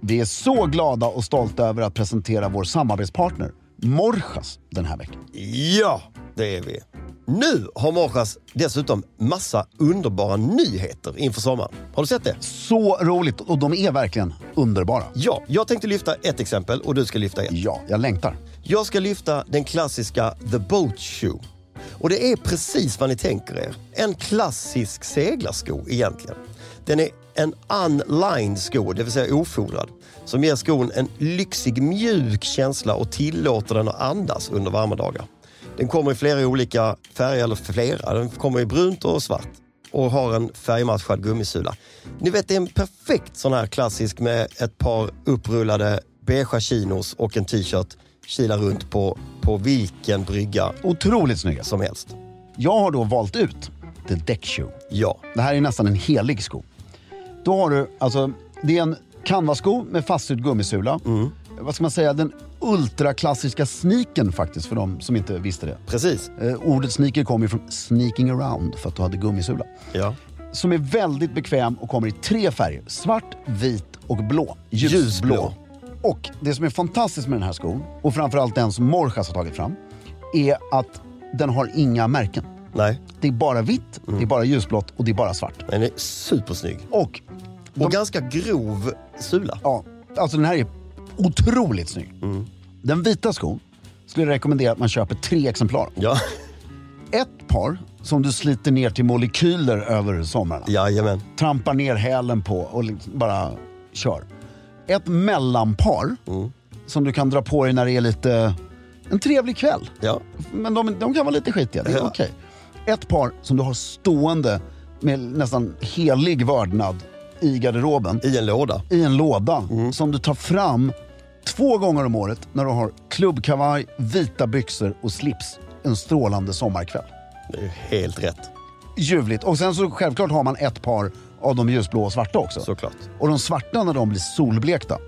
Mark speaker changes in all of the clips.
Speaker 1: Vi är så glada och stolta över att presentera vår samarbetspartner Morjas den här veckan.
Speaker 2: Ja, det är vi. Nu har Morras dessutom massa underbara nyheter inför sommaren. Har du sett det?
Speaker 1: Så roligt och de är verkligen underbara.
Speaker 2: Ja, jag tänkte lyfta ett exempel och du ska lyfta ett.
Speaker 1: Ja, jag längtar.
Speaker 2: Jag ska lyfta den klassiska The Boat Shoe. Och det är precis vad ni tänker er. En klassisk seglarsko egentligen. Den är en unlined sko, det vill säga ofodrad, som ger skon en lyxig mjuk känsla och tillåter den att andas under varma dagar. Den kommer i flera olika färger, eller flera, den kommer i brunt och svart och har en färgmatchad gummisula. Ni vet, det är en perfekt sån här klassisk med ett par upprullade beigea chinos och en t-shirt kila runt på, på vilken brygga
Speaker 1: Otroligt snygga.
Speaker 2: som helst.
Speaker 1: Jag har då valt ut The Deck Shoe.
Speaker 2: Ja,
Speaker 1: Det här är nästan en helig sko. Då har du, alltså, det är en canvasko med fastsydd gummisula. Vad ska man säga, den ultraklassiska sneakern faktiskt, för de som inte visste det.
Speaker 2: precis.
Speaker 1: Eh, ordet sneaker kommer ju från sneaking around, för att du hade gummisula.
Speaker 2: Ja.
Speaker 1: Som är väldigt bekväm och kommer i tre färger. Svart, vit och blå. Ljusblå.
Speaker 2: Ljusblå.
Speaker 1: Och det som är fantastiskt med den här skon, och framförallt den som Morjas har tagit fram, är att den har inga märken.
Speaker 2: Nej,
Speaker 1: Det är bara vitt, det är bara ljusblått och det är bara svart.
Speaker 2: den är supersnygg.
Speaker 1: Och,
Speaker 2: Och ganska grov sula.
Speaker 1: ja, alltså den här är otroligt snygg. Den vita skon skulle jag rekommendera att man köper tre exemplar.
Speaker 2: Ja,
Speaker 1: Ett par som du sliter ner till molekyler över somrarna.
Speaker 2: jajamän.
Speaker 1: trampar ner hälen på och liksom bara kör. Ett mellanpar
Speaker 2: Mm.
Speaker 1: som du kan dra på dig när det är lite... En trevlig kväll.
Speaker 2: Ja.
Speaker 1: Men de, de kan vara lite skitiga, det är
Speaker 2: Ja.
Speaker 1: okej. Ett par som du har stående med nästan helig vördnad i garderoben
Speaker 2: I en låda.
Speaker 1: i en låda
Speaker 2: Mm.
Speaker 1: som du tar fram två gånger om året när du har klubbkavaj, vita byxor och slips en strålande sommarkväll
Speaker 2: Det är ju helt rätt,
Speaker 1: ljuvligt. Och sen så självklart har man ett par av de ljusblå och svarta också.
Speaker 2: såklart.
Speaker 1: Och de svarta när de blir solblekta,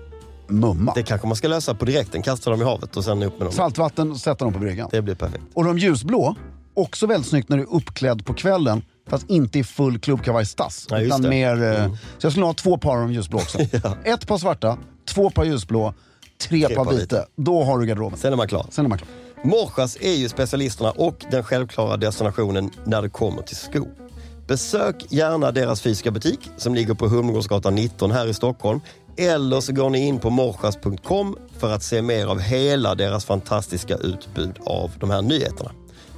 Speaker 1: mumma.
Speaker 2: Det kanske man ska lösa på direkten. Kasta dem i havet och sen upp med dem.
Speaker 1: Saltvatten och sätta dem på bryggan.
Speaker 2: Det blir perfekt.
Speaker 1: Och de ljusblå, också väldigt snyggt när du är uppklädd på kvällen fast inte i full klubbkavajstass.
Speaker 2: Ja, just
Speaker 1: utan
Speaker 2: det. Mm.
Speaker 1: mer... eh, Så jag skulle ha två par av de ljusblå också. Ett par svarta, två par ljusblå, tre, par
Speaker 2: par
Speaker 1: vita.
Speaker 2: vita.
Speaker 1: Då har du garderoben.
Speaker 2: Sen är man klar.
Speaker 1: Sen är man klar.
Speaker 2: Morsas är ju specialisterna och den självklara destinationen när det kommer till skor. Besök gärna deras fysiska butik som ligger på Humlegårdsgatan 19 här i Stockholm. Eller så går ni in på morsas.com för att se mer av hela deras fantastiska utbud av de här nyheterna.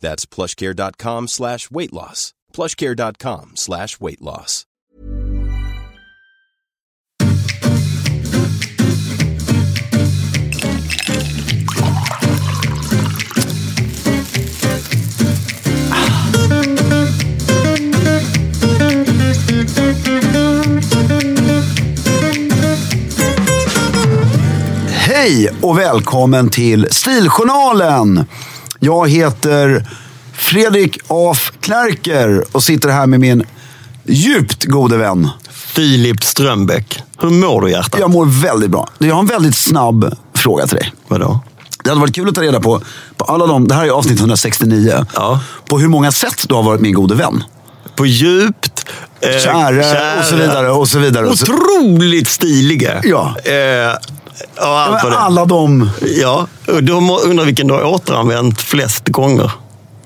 Speaker 3: That's plushcare.com slash weight loss. plushcare.com slash weight loss.
Speaker 1: Hej och välkommen till Stiljournalen. Jag heter Fredrik af Klerker och sitter här med min djupt gode vän.
Speaker 2: Filip Strömbäck, hur mår du hjärtat?
Speaker 1: Jag mår väldigt bra. Jag har en väldigt snabb fråga till dig.
Speaker 2: Vadå?
Speaker 1: Det hade varit kul att ta reda på, på alla de, det här är avsnitt 169,
Speaker 2: Ja.
Speaker 1: på hur många sätt du har varit min gode vän.
Speaker 2: På djupt? Eh,
Speaker 1: Kära, och så vidare. Och så vidare. Och så,
Speaker 2: Otroligt stiliga.
Speaker 1: Ja.
Speaker 2: Eh, och allt vad det.
Speaker 1: alla de,
Speaker 2: Ja, och då må- undrar vilken du har återanvänt flest gånger.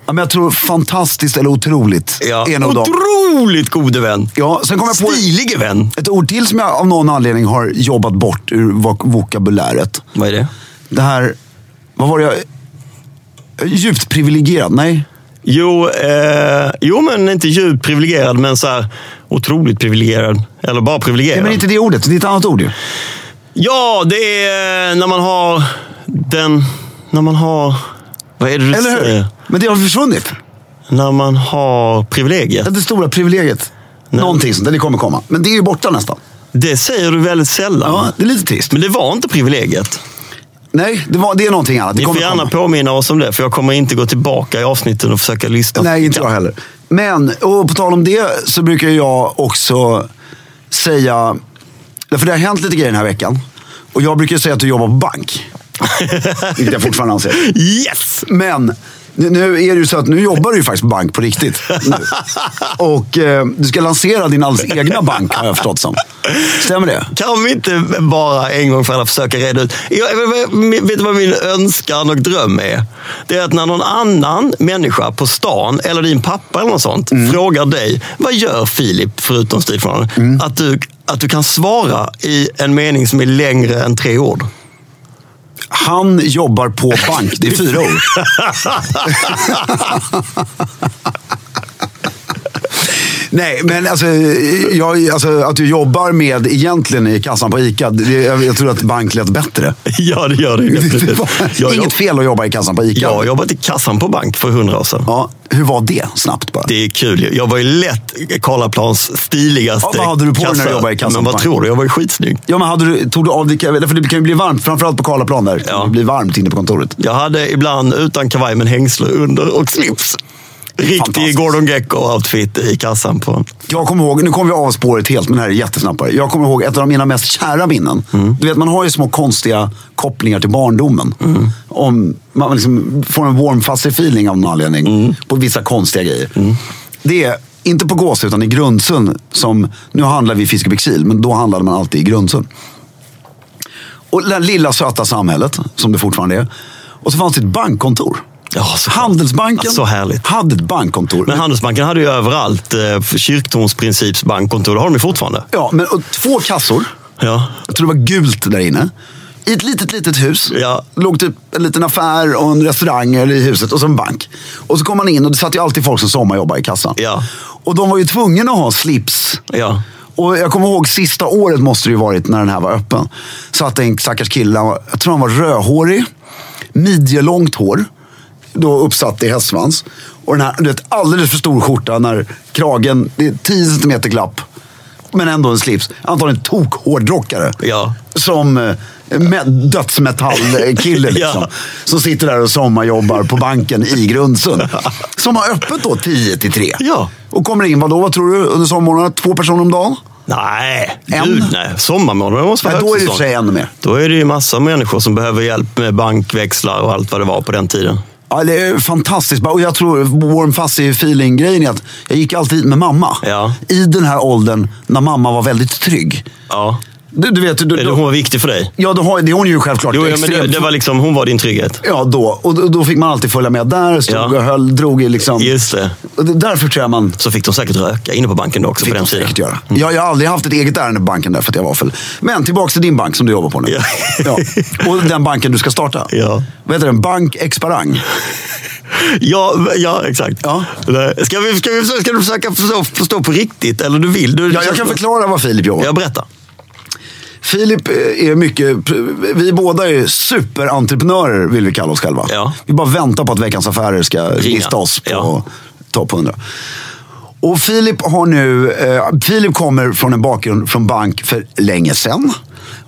Speaker 1: ja, men jag tror fantastiskt eller otroligt,
Speaker 2: Ja.
Speaker 1: är en av dem.
Speaker 2: Otroligt gode vän.
Speaker 1: Ja, sen kom jag på...
Speaker 2: Stilige vän.
Speaker 1: Ett ord till som jag av någon anledning har jobbat bort ur vok- vokabuläret.
Speaker 2: Vad är det?
Speaker 1: Det här, vad var det jag... Djupt privilegierad? Nej.
Speaker 2: Jo, eh, jo men inte djupt privilegierad, men så här otroligt privilegierad. Eller bara privilegierad.
Speaker 1: Nej, men inte det ordet. Det är ett annat ord ju.
Speaker 2: Ja, det är eh, när man har den... När man har... Vad är det du
Speaker 1: Eller hur?
Speaker 2: säger?
Speaker 1: Men det har försvunnit.
Speaker 2: När man har privilegier.
Speaker 1: Det stora privilegiet. Någonting sånt där. Det kommer komma. Men det är ju borta nästan.
Speaker 4: Det säger du väldigt sällan.
Speaker 1: Ja, det är lite trist.
Speaker 4: Men det var inte privilegiet.
Speaker 1: Nej, det, var, det är någonting annat. Det
Speaker 4: Ni får
Speaker 1: kommer
Speaker 4: gärna
Speaker 1: komma.
Speaker 4: påminna oss om det, för jag kommer inte gå tillbaka i avsnitten och försöka lyssna.
Speaker 1: Nej, inte jag heller. Men, och på tal om det så brukar jag också säga... För det har hänt lite grejer den här veckan. Och jag brukar ju säga att du jobbar på bank. Vilket jag fortfarande anser.
Speaker 4: Yes!
Speaker 1: Men nu- nu är det ju så att nu jobbar du ju faktiskt på bank på riktigt. Nu. Och eh, du ska lansera din alldeles egna bank har jag förstått som. Stämmer det?
Speaker 4: Kan vi inte bara en gång för alla försöka reda ut? Jag, vet du vad min önskan och dröm är? Det är att när någon annan människa på stan, eller din pappa eller något sånt,
Speaker 1: Mm.
Speaker 4: frågar dig, vad gör Filip förutom stilförhållanden?
Speaker 1: Mm.
Speaker 4: Att, du, att du kan svara i en mening som är längre än tre ord.
Speaker 1: Han jobbar på bank. Det är fyra ord. Nej, men alltså, jag, alltså att du jobbar med egentligen i kassan på ICA. Det, jag, jag tror att bank lät bättre.
Speaker 4: ja, det gör det. ju
Speaker 1: Det
Speaker 4: definitivt.
Speaker 1: var
Speaker 4: Jag,
Speaker 1: inget
Speaker 4: jag,
Speaker 1: fel att jobba i kassan på ICA.
Speaker 4: jag har jobbat i kassan på bank för hundra år sedan.
Speaker 1: Ja, hur var det? Snabbt bara.
Speaker 4: Det är kul. ju. Jag var ju lätt Karlaplans stiligaste
Speaker 1: Ja, vad hade du på dig när du
Speaker 4: kassa.
Speaker 1: jobbade i kassan på
Speaker 4: Men vad
Speaker 1: bank?
Speaker 4: tror du? Jag var ju skitsnygg.
Speaker 1: Ja, men hade du, tog du av dig ka- För det kan ju bli varmt, framförallt på Karlaplan där.
Speaker 4: Ja.
Speaker 1: Det blir varmt inne på kontoret.
Speaker 4: Jag hade ibland utan kavaj men hängsle under och slips. Riktig
Speaker 1: Fantastiskt.
Speaker 4: Gordon Gecko-outfit i kassan. på
Speaker 1: Jag kommer ihåg, nu kommer vi av spåret helt, men det här är jättesnabbare. Jag kommer ihåg ett av mina mest kära minnen.
Speaker 4: Mm.
Speaker 1: Du vet, man har ju små konstiga kopplingar till barndomen.
Speaker 4: Mm.
Speaker 1: Om man liksom får en warm fuzzy feeling av någon anledning
Speaker 4: Mm.
Speaker 1: på vissa konstiga grejer. Det är, inte på Gås utan i Grundsund, som, nu handlar vi i Fiskebäckskil, men då handlade man alltid i Grundsund. Och det där lilla söta samhället, som det fortfarande är. Och så fanns det ett bankkontor.
Speaker 4: Ja, såklart.
Speaker 1: Handelsbanken
Speaker 4: Ja, så härligt.
Speaker 1: hade ett bankkontor.
Speaker 4: Men Handelsbanken hade ju överallt eh, kyrktornsprincips bankkontor. Det har de ju fortfarande.
Speaker 1: Ja, men och två kassor.
Speaker 4: Ja.
Speaker 1: Jag tror det var gult där inne. I ett litet, litet hus.
Speaker 4: Ja.
Speaker 1: Låg typ en liten affär och en restaurang eller i huset och så en bank. Och så kom man in och det satt ju alltid folk som sommarjobbade i kassan.
Speaker 4: Ja.
Speaker 1: Och de var ju tvungna att ha slips.
Speaker 4: Ja.
Speaker 1: Och jag kommer ihåg sista året måste det ju varit när den här var öppen. Satt en stackars kille, han var- jag tror han var rödhårig. Midjelångt hår. Då uppsatt i hästsvans. Och den här, du vet, alldeles för stor skjorta när kragen, det är 10 centimeter glapp. Men ändå en slips. Antagligen tokhårdrockare.
Speaker 4: Ja.
Speaker 1: Som eh, med, dödsmetallkille liksom.
Speaker 4: Ja.
Speaker 1: Som sitter där och sommarjobbar på banken i Grundsund. Som har öppet då 10 till 3.
Speaker 4: Ja.
Speaker 1: Och kommer in, vadå, vad tror du, under sommarmånaderna? Två personer om dagen?
Speaker 4: Nej,
Speaker 1: En?
Speaker 4: gud nej. Sommarmånaden måste vara
Speaker 1: Nej, då är det i och för
Speaker 4: högsäsong.
Speaker 1: sig ännu mer.
Speaker 4: Då är det ju massa människor som behöver hjälp med bankväxlar och allt vad det var på den tiden.
Speaker 1: Ja, det är fantastiskt. Och jag tror warm fuzzy feeling-grejen är att jag gick alltid med mamma.
Speaker 4: Ja.
Speaker 1: I den här åldern när mamma var väldigt trygg.
Speaker 4: Ja.
Speaker 1: Du, du vet, du,
Speaker 4: Eller
Speaker 1: du,
Speaker 4: Hon var viktig för dig.
Speaker 1: ja, du har, det är hon ju självklart.
Speaker 4: Jo, ja, men
Speaker 1: extremt.
Speaker 4: det, det var liksom, hon var din trygghet.
Speaker 1: Ja, då. Och då, då fick man alltid följa med där. Stod
Speaker 4: Ja.
Speaker 1: och höll, drog i liksom.
Speaker 4: Just det.
Speaker 1: Och det- Därför tror jag man
Speaker 4: Så fick de säkert röka inne på banken då också
Speaker 1: fick
Speaker 4: på den
Speaker 1: de
Speaker 4: tiden. Mm.
Speaker 1: säkert göra. Jag, jag har aldrig haft ett eget ärende på banken där för att jag var full. Men tillbaka till din bank som du jobbar på nu.
Speaker 4: Ja.
Speaker 1: Ja. Och den banken du ska starta.
Speaker 4: Ja.
Speaker 1: Vad heter den? Bank Exparang.
Speaker 4: Ja, ja exakt.
Speaker 1: Ja.
Speaker 4: Nej. Ska, vi, ska, vi, ska du försöka förstå, förstå på riktigt? Eller du vill? Du,
Speaker 1: Ja, jag kan förklara vad Filip jobbar med.
Speaker 4: Jag berättar.
Speaker 1: Filip eh, är mycket, vi båda är superentreprenörer vill vi kalla oss själva.
Speaker 4: Ja.
Speaker 1: Vi bara väntar på att Veckans Affärer ska lista oss på
Speaker 4: Ja.
Speaker 1: topp 100. Och Filip har nu, eh, Filip kommer från en bakgrund från bank för länge sedan.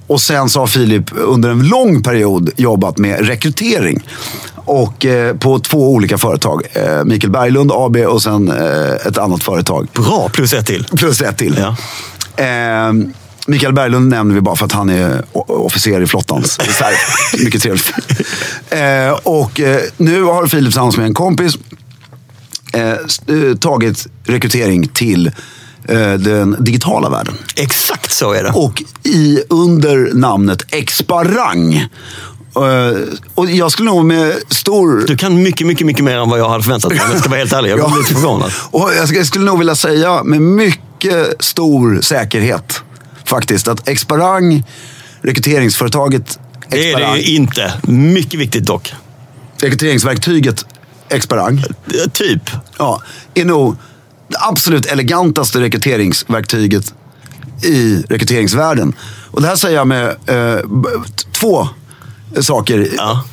Speaker 1: Och sen så har Filip under en lång period jobbat med rekrytering. Och eh, på två olika företag. Eh, Mikael Berglund AB och sen eh, ett annat företag.
Speaker 4: Bra, plus ett till.
Speaker 1: Plus ett till.
Speaker 4: Ja.
Speaker 1: Eh, Mikael Berglund nämner vi bara för att han är o- officer i flottans reserv. Mycket trevligt. Eh, och eh, nu har Filip tillsammans med en kompis eh, s- eh, tagit rekrytering till eh, den digitala världen.
Speaker 4: Exakt så är det.
Speaker 1: Och i, under namnet Exparang. Eh, och jag skulle nog med stor...
Speaker 4: Du kan mycket, mycket, mycket mer än vad jag hade förväntat mig. om Jag ska vara helt ärlig. Jag blev lite förvånad.
Speaker 1: Och jag sk- jag skulle nog vilja säga med mycket stor säkerhet faktiskt att Exparang, rekryteringsföretaget
Speaker 4: Det är det
Speaker 1: Exparang,
Speaker 4: ju inte. Mycket viktigt dock.
Speaker 1: rekryteringsverktyget Exparang,
Speaker 4: Eh, Typ.
Speaker 1: ja, är nog det absolut elegantaste rekryteringsverktyget i rekryteringsvärlden. Och det här säger jag med eh, b- t- två saker
Speaker 4: Ja.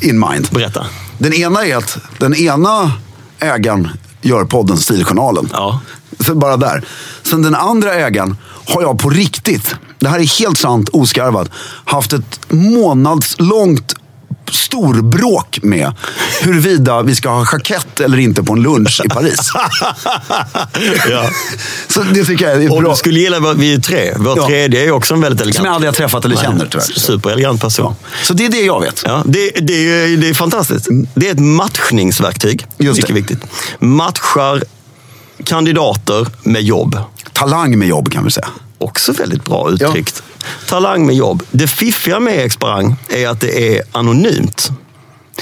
Speaker 1: in mind.
Speaker 4: Berätta.
Speaker 1: Den ena är att den ena ägaren gör podden Stiljournalen.
Speaker 4: Ja.
Speaker 5: Så bara där. Sen den andra ägaren har jag på riktigt, det här är helt sant, oskarvat, haft ett månadslångt storbråk med huruvida vi ska ha jackett eller inte på en lunch i Paris.
Speaker 4: Ja.
Speaker 5: Så det tycker jag är
Speaker 4: Och
Speaker 5: bra.
Speaker 4: du skulle gilla, vår- vi är tre. Vår
Speaker 5: Ja.
Speaker 4: tredje är också en väldigt
Speaker 5: Som
Speaker 4: elegant.
Speaker 5: jag aldrig har träffat eller känner tyvärr. Så.
Speaker 4: Superelegant person.
Speaker 5: så det är det jag vet.
Speaker 4: Ja, det, det, är, ju- det är fantastiskt. Det är ett matchningsverktyg.
Speaker 5: Just
Speaker 4: mycket
Speaker 5: det.
Speaker 4: viktigt. Matchar kandidater med jobb.
Speaker 5: Talang med jobb kan vi säga.
Speaker 4: Också väldigt bra uttryckt. Talang med jobb. Det fiffiga med Exparang är att det är anonymt.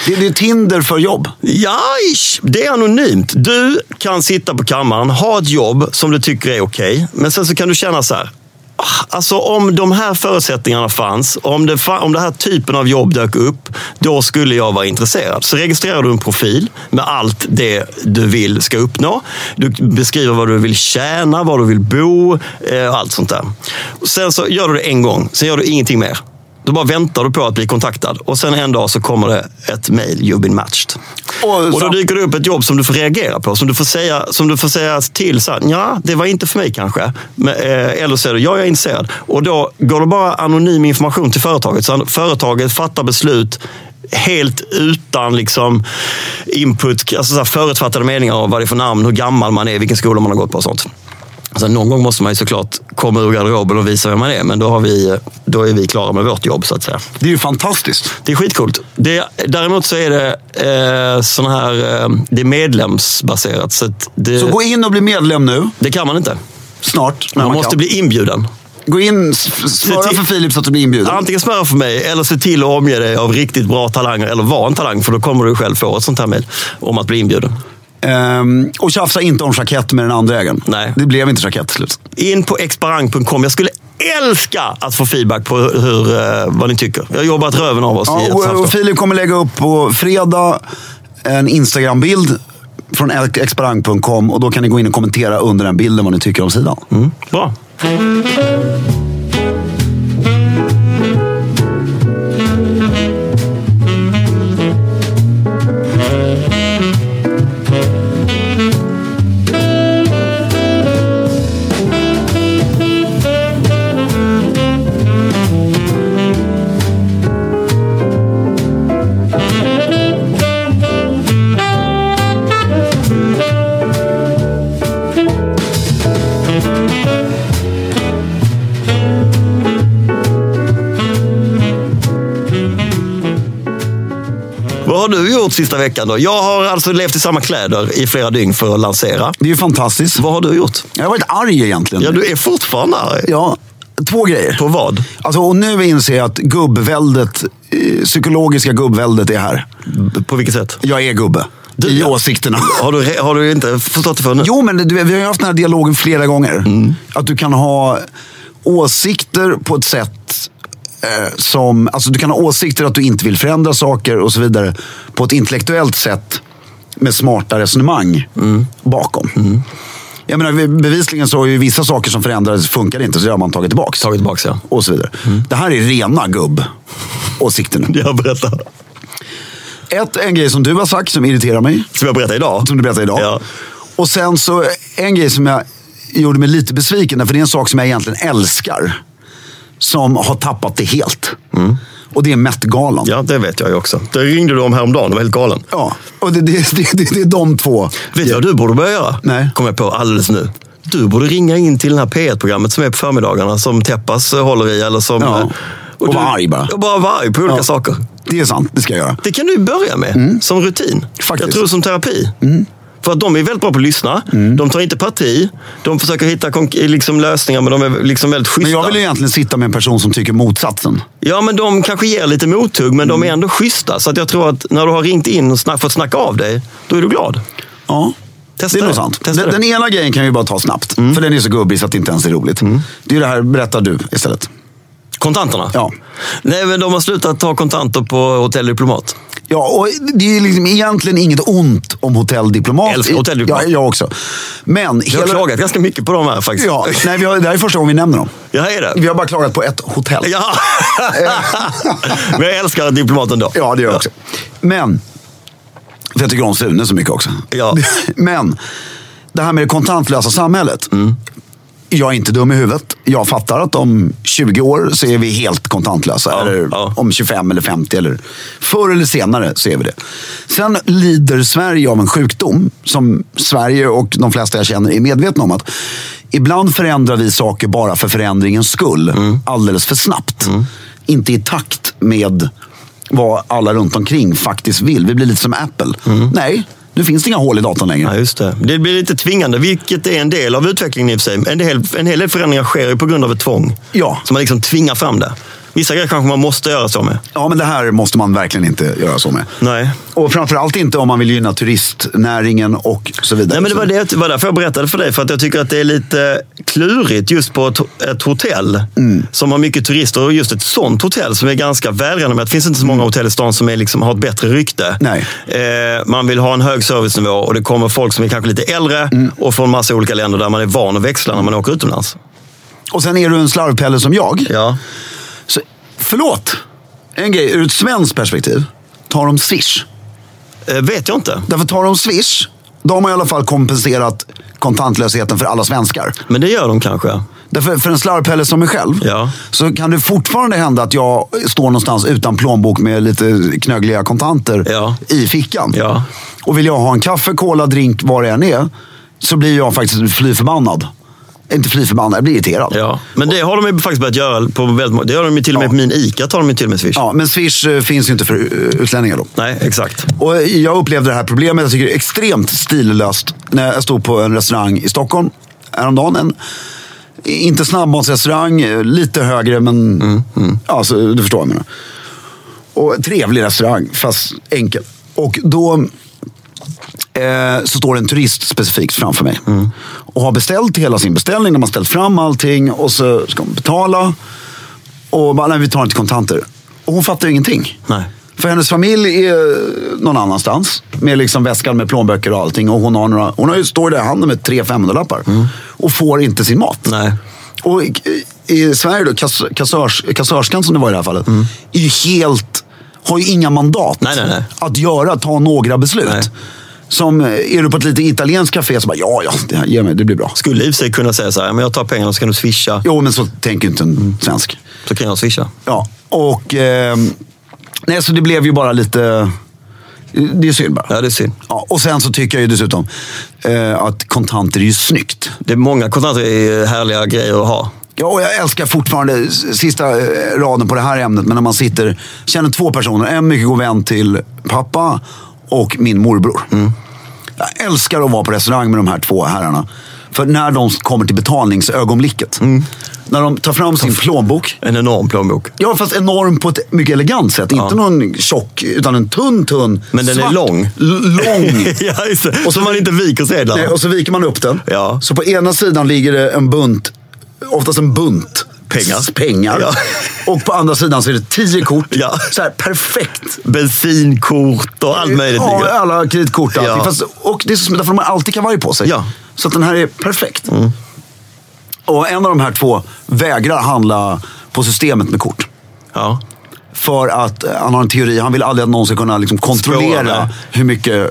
Speaker 5: Det, det är Tinder för jobb.
Speaker 4: Ja, ish. det är anonymt. Du kan sitta på kammaren, ha ett jobb som du tycker är okej. men sen så kan du känna så här. "Ah, Alltså om de här förutsättningarna fanns, om, det fa- om den här typen av jobb dök upp, då skulle jag vara intresserad. Så registrerar du en profil med allt det du vill ska uppnå. Du beskriver vad du vill tjäna, var du vill bo, eh, allt sånt där. Sen så gör du det en gång, sen gör du ingenting mer. Då bara väntar du på att bli kontaktad och sen en dag så kommer det ett mail, you've been matched.
Speaker 5: Och
Speaker 4: Och då
Speaker 5: så-
Speaker 4: dyker det upp ett jobb som du får reagera på. Som du får säga, som du får säga till. Så här, ja, det var inte för mig kanske. Men, eh, eller så är det, ja, jag är intresserad. Och då går det bara anonym information till företaget. Så företaget fattar beslut helt utan liksom input, alltså så här, förutfattade meningar av vad det är för namn, hur gammal man är, vilken skola man har gått på och sånt. Alltså, någon gång måste man ju såklart komma ur garderoben och visa vem man är, men då, har vi, eh, då är vi klara med vårt jobb så att säga.
Speaker 5: Det är ju fantastiskt.
Speaker 4: Det är skitcoolt. Det, däremot så är det eh, sån här, eh, det är medlemsbaserat. Så, att det,
Speaker 5: Så gå in och bli medlem nu,
Speaker 4: det kan man inte.
Speaker 5: snart. när
Speaker 4: Man måste
Speaker 5: kan.
Speaker 4: bli inbjuden.
Speaker 5: Gå in, s-
Speaker 4: Se
Speaker 5: smöra
Speaker 4: till-
Speaker 5: för Filip så att du blir inbjuden.
Speaker 4: Antingen smöra för mig eller se till att omge dig av riktigt bra talanger. Eller vara en talang, för då kommer du själv få ett sånt här mejl om att bli inbjuden.
Speaker 5: Ehm, och tjafsa inte om jackett med den andra ägaren.
Speaker 4: Nej.
Speaker 5: Det blev inte jackett till slut.
Speaker 4: In på exparang.com. Jag skulle älska att få feedback på hur, eh, vad ni tycker. Jag har jobbat röven av oss i
Speaker 5: Ja,
Speaker 4: ett
Speaker 5: och,
Speaker 4: halvt år.
Speaker 5: och Filip kommer lägga upp på fredag en Instagram-bild från exparang.com och då kan ni gå in och kommentera under den bilden vad ni tycker om sidan.
Speaker 4: Mm, bra. Vad har du gjort sista veckan då? Jag har alltså levt i samma kläder i flera dygn för att lansera.
Speaker 5: Det är ju fantastiskt.
Speaker 4: Vad har du gjort?
Speaker 5: Jag har varit arg egentligen.
Speaker 4: Ja, du är fortfarande arg.
Speaker 5: Ja, två grejer.
Speaker 4: På vad?
Speaker 5: Alltså, och nu inser jag att gubbväldet, eh, psykologiska gubbväldet är här.
Speaker 4: På vilket sätt?
Speaker 5: Jag är gubbe.
Speaker 4: Du,
Speaker 5: I
Speaker 4: ja.
Speaker 5: åsikterna.
Speaker 4: Har du, re- har du inte förstått det förrän nu?
Speaker 5: Jo, men du, vet, vi har ju haft den här dialogen flera gånger.
Speaker 4: Mm.
Speaker 5: Att du kan ha åsikter på ett sätt eh, som... Alltså du kan ha åsikter att du inte vill förändra saker och så vidare. På ett intellektuellt sätt med smarta resonemang
Speaker 4: Mm.
Speaker 5: bakom. Jag menar, vi- bevisligen så har ju vissa saker som förändrades funkar inte, så det har man tagit tillbaka.
Speaker 4: Tagit tillbaka, ja. Mm.
Speaker 5: Och så vidare. Det här är rena gubb. Åsikter nu.
Speaker 4: Jag berättar.
Speaker 5: Ett, en grej som du har sagt som irriterar mig.
Speaker 4: Som jag berättade idag.
Speaker 5: Som du berättade idag.
Speaker 4: Ja.
Speaker 5: Och sen så en grej som jag gjorde mig lite besviken, för det är en sak som jag egentligen älskar. Som har tappat det helt. Och det är Met-galan.
Speaker 4: Mm. Ja, det vet jag ju också. Det ringde du om häromdagen. Du var helt galen.
Speaker 5: Ja, och det, det, det, det, det är de två.
Speaker 4: Vet du vad du borde börja göra?
Speaker 5: Nej.
Speaker 4: Kom jag på alldeles nu. Du borde ringa in till det här P1-programmet som är på förmiddagarna. Som Teppas eh, håller i. Eller som,
Speaker 5: Ja.
Speaker 4: eh,
Speaker 5: Och vara arg bara.
Speaker 4: Och bara vara arg på olika saker.
Speaker 5: Det är sant, det ska jag göra.
Speaker 4: Det kan du börja med som rutin.
Speaker 5: Mm. Faktiskt. Mm.
Speaker 4: Jag tror som terapi. För att de är väldigt bra på att lyssna. De tar inte parti. De försöker hitta konk- liksom lösningar, men de är liksom väldigt schyssta.
Speaker 5: Men jag vill ju egentligen sitta med en person som tycker motsatsen.
Speaker 4: Ja, men de kanske ger lite mothugg, men
Speaker 5: Mm.
Speaker 4: de är ändå schyssta. Så att jag tror att när du har ringt in och snack, fått snacka av dig, då är du glad.
Speaker 5: Ja.
Speaker 4: Testa
Speaker 5: det är nog
Speaker 4: det.
Speaker 5: sant.
Speaker 4: Testa
Speaker 5: Den,
Speaker 4: det. Mm.
Speaker 5: den ena grejen kan vi bara ta snabbt. För den är så gubbig så att det inte ens är roligt. Det är ju det här, berättar du istället.
Speaker 4: Kontanterna?
Speaker 5: Ja.
Speaker 4: Nej, men de har slutat ta kontanter på Hotell Diplomat.
Speaker 5: Ja, och det är liksom egentligen inget ont om hotelldiplomat.
Speaker 4: Jag älskar Hotell Diplomat.
Speaker 5: Ja, jag också. Men...
Speaker 4: Jag har klagat ganska mycket på dem här faktiskt.
Speaker 5: Ja, nej, vi har, det här är första gången vi nämner dem.
Speaker 4: Jag är det.
Speaker 5: Vi har bara klagat på ett hotell.
Speaker 4: Ja. men jag älskar Diplomat ändå.
Speaker 5: Ja, det gör jag också. Men... För jag tycker om Sune så mycket också.
Speaker 4: Ja.
Speaker 5: Men... det här med det kontantlösa samhället. Jag är inte dum i huvudet. Jag fattar att om 20 år så är vi helt kontantlösa.
Speaker 4: Ja,
Speaker 5: eller
Speaker 4: ja.
Speaker 5: om 25 eller 50. Eller förr eller senare så är vi det. Sen lider Sverige av en sjukdom som Sverige och de flesta jag känner är medvetna om. att Ibland förändrar vi saker bara för förändringens skull.
Speaker 4: Mm.
Speaker 5: Alldeles för snabbt. Inte i takt med vad alla runt omkring faktiskt vill. Vi blir lite som Apple.
Speaker 4: Mm.
Speaker 5: Nej, nu finns det inga hål i datorn längre.
Speaker 4: Ja, just det. Det blir lite tvingande, vilket är en del av utvecklingen i och för sig. En, hel, en hel del förändringar sker ju på grund av ett tvång.
Speaker 5: Ja.
Speaker 4: Så man liksom tvingar fram det. Vissa grejer kanske man måste göra så med.
Speaker 5: Ja, men det här måste man verkligen inte göra så med.
Speaker 4: Nej.
Speaker 5: Och framförallt inte om man vill gynna turistnäringen och så
Speaker 4: Nej,
Speaker 5: vidare.
Speaker 4: men det var, det, det var därför jag berättade för dig, för att jag tycker att det är lite klurigt just på ett, ett hotell som har mycket turister. Och just ett sånt hotell som är ganska välrenommerat. Det finns inte så många hotell i stan som är liksom, har ett bättre rykte.
Speaker 5: Nej.
Speaker 4: Eh, man vill ha en hög servicenivå och det kommer folk som är kanske lite äldre och från massa olika länder där man är van att växla när man åker utomlands.
Speaker 5: Och sen är du en slarvpelle som jag.
Speaker 4: Ja.
Speaker 5: Så, förlåt! En grej, ur ett svenskt perspektiv. Tar de swish?
Speaker 4: Eh, vet jag inte.
Speaker 5: Därför tar de swish, då har man i alla fall kompenserat kontantlösheten för alla svenskar.
Speaker 4: Men det gör de kanske.
Speaker 5: Därför, för en slarvpelle som mig själv,
Speaker 4: Ja.
Speaker 5: så kan det fortfarande hända att jag står någonstans utan plånbok med lite knögliga kontanter
Speaker 4: Ja.
Speaker 5: i fickan.
Speaker 4: Ja.
Speaker 5: Och vill jag ha en kaffe, cola, drink, vad det än är, så blir jag faktiskt fly förbannad. Inte fly förbannad, jag blir irriterad.
Speaker 4: Ja. Men det har de ju faktiskt börjat göra. På väldigt, må- det gör de ju till och med
Speaker 5: Ja.
Speaker 4: på min ICA. Tar de ju till och med Swish.
Speaker 5: Ja, men Swish eh, finns ju inte för eh, utlänningar då.
Speaker 4: Nej, exakt.
Speaker 5: Och jag upplevde det här problemet, jag tycker det är extremt stillöst, när jag stod på en restaurang i Stockholm häromdagen. En, inte snabbmatsrestaurang, eh, lite högre men Ja, så, du förstår vad jag menar. Och trevlig restaurang, fast enkel. Och då eh, så står det en turist specifikt framför mig. Och har beställt hela sin beställning, de har ställt fram allting och så ska hon betala. Och bara, nej vi tar inte kontanter. Och hon fattar ju ingenting.
Speaker 4: Nej.
Speaker 5: För hennes familj är någon annanstans. Med liksom väskan med plånböcker och allting. Och hon, har några, hon har ju, står där i handen med tre 500-lappar. Och får inte sin mat.
Speaker 4: Nej.
Speaker 5: Och i, i Sverige då, kass, kassörs, kassörskan som det var i det här fallet. Är ju helt, har ju inga mandat
Speaker 4: Nej, nej, nej.
Speaker 5: att göra, ta några beslut.
Speaker 4: Nej.
Speaker 5: Som, eh, är du på ett litet italienskt café så bara, ja, ja, det, här- ge mig, det blir bra.
Speaker 4: Skulle i och för sig kunna säga så här, "Ja, men jag tar pengarna så kan du swisha.
Speaker 5: Jo, men så tänker ju inte en svensk.
Speaker 4: Så kan jag swisha.
Speaker 5: Ja, och... Eh, nej, så det blev ju bara lite... Det är synd bara.
Speaker 4: Ja, det är synd.
Speaker 5: Ja, och sen så tycker jag ju dessutom eh, att kontanter är ju snyggt.
Speaker 4: Det är många kontanter är härliga grejer att ha.
Speaker 5: Ja, och jag älskar fortfarande s- sista eh, raden på det här ämnet, men när man sitter, känner två personer, en mycket god vän till pappa och min morbror.
Speaker 4: Mm.
Speaker 5: Jag älskar att vara på restaurang med de här två herrarna. För när de kommer till betalningsögonblicket,
Speaker 4: Mm.
Speaker 5: när de tar fram sin plånbok,
Speaker 4: En enorm plånbok.
Speaker 5: Ja, fast enorm på ett mycket elegant sätt. Inte någon tjock, utan en tunn, tunn.
Speaker 4: Men den är
Speaker 5: svart,
Speaker 4: lång.
Speaker 5: l- Lång.
Speaker 4: ja, just det. Och så man inte viker
Speaker 5: Nej,
Speaker 4: sedlarna.
Speaker 5: Eh, och så viker man upp den.
Speaker 4: Ja.
Speaker 5: Så på ena sidan ligger det en bunt, oftast en bunt.
Speaker 4: Pengar.
Speaker 5: s- pengar.
Speaker 4: Ja.
Speaker 5: Och på andra sidan så är det tio kort.
Speaker 4: Ja.
Speaker 5: Så här, perfekt.
Speaker 4: Bensinkort och allt möjligt.
Speaker 5: Ja,
Speaker 4: ligger.
Speaker 5: alla kreditkort. och
Speaker 4: Ja.
Speaker 5: allting. Fast, och det är så, därför de har alltid kavaj på sig.
Speaker 4: Ja. Mm.
Speaker 5: Så att den här är perfekt. Och en av de här två vägrar handla på systemet med kort.
Speaker 4: Ja.
Speaker 5: För att eh, han har en teori, han vill aldrig att någon ska kunna liksom kontrollera
Speaker 4: Spåra, nej.
Speaker 5: hur mycket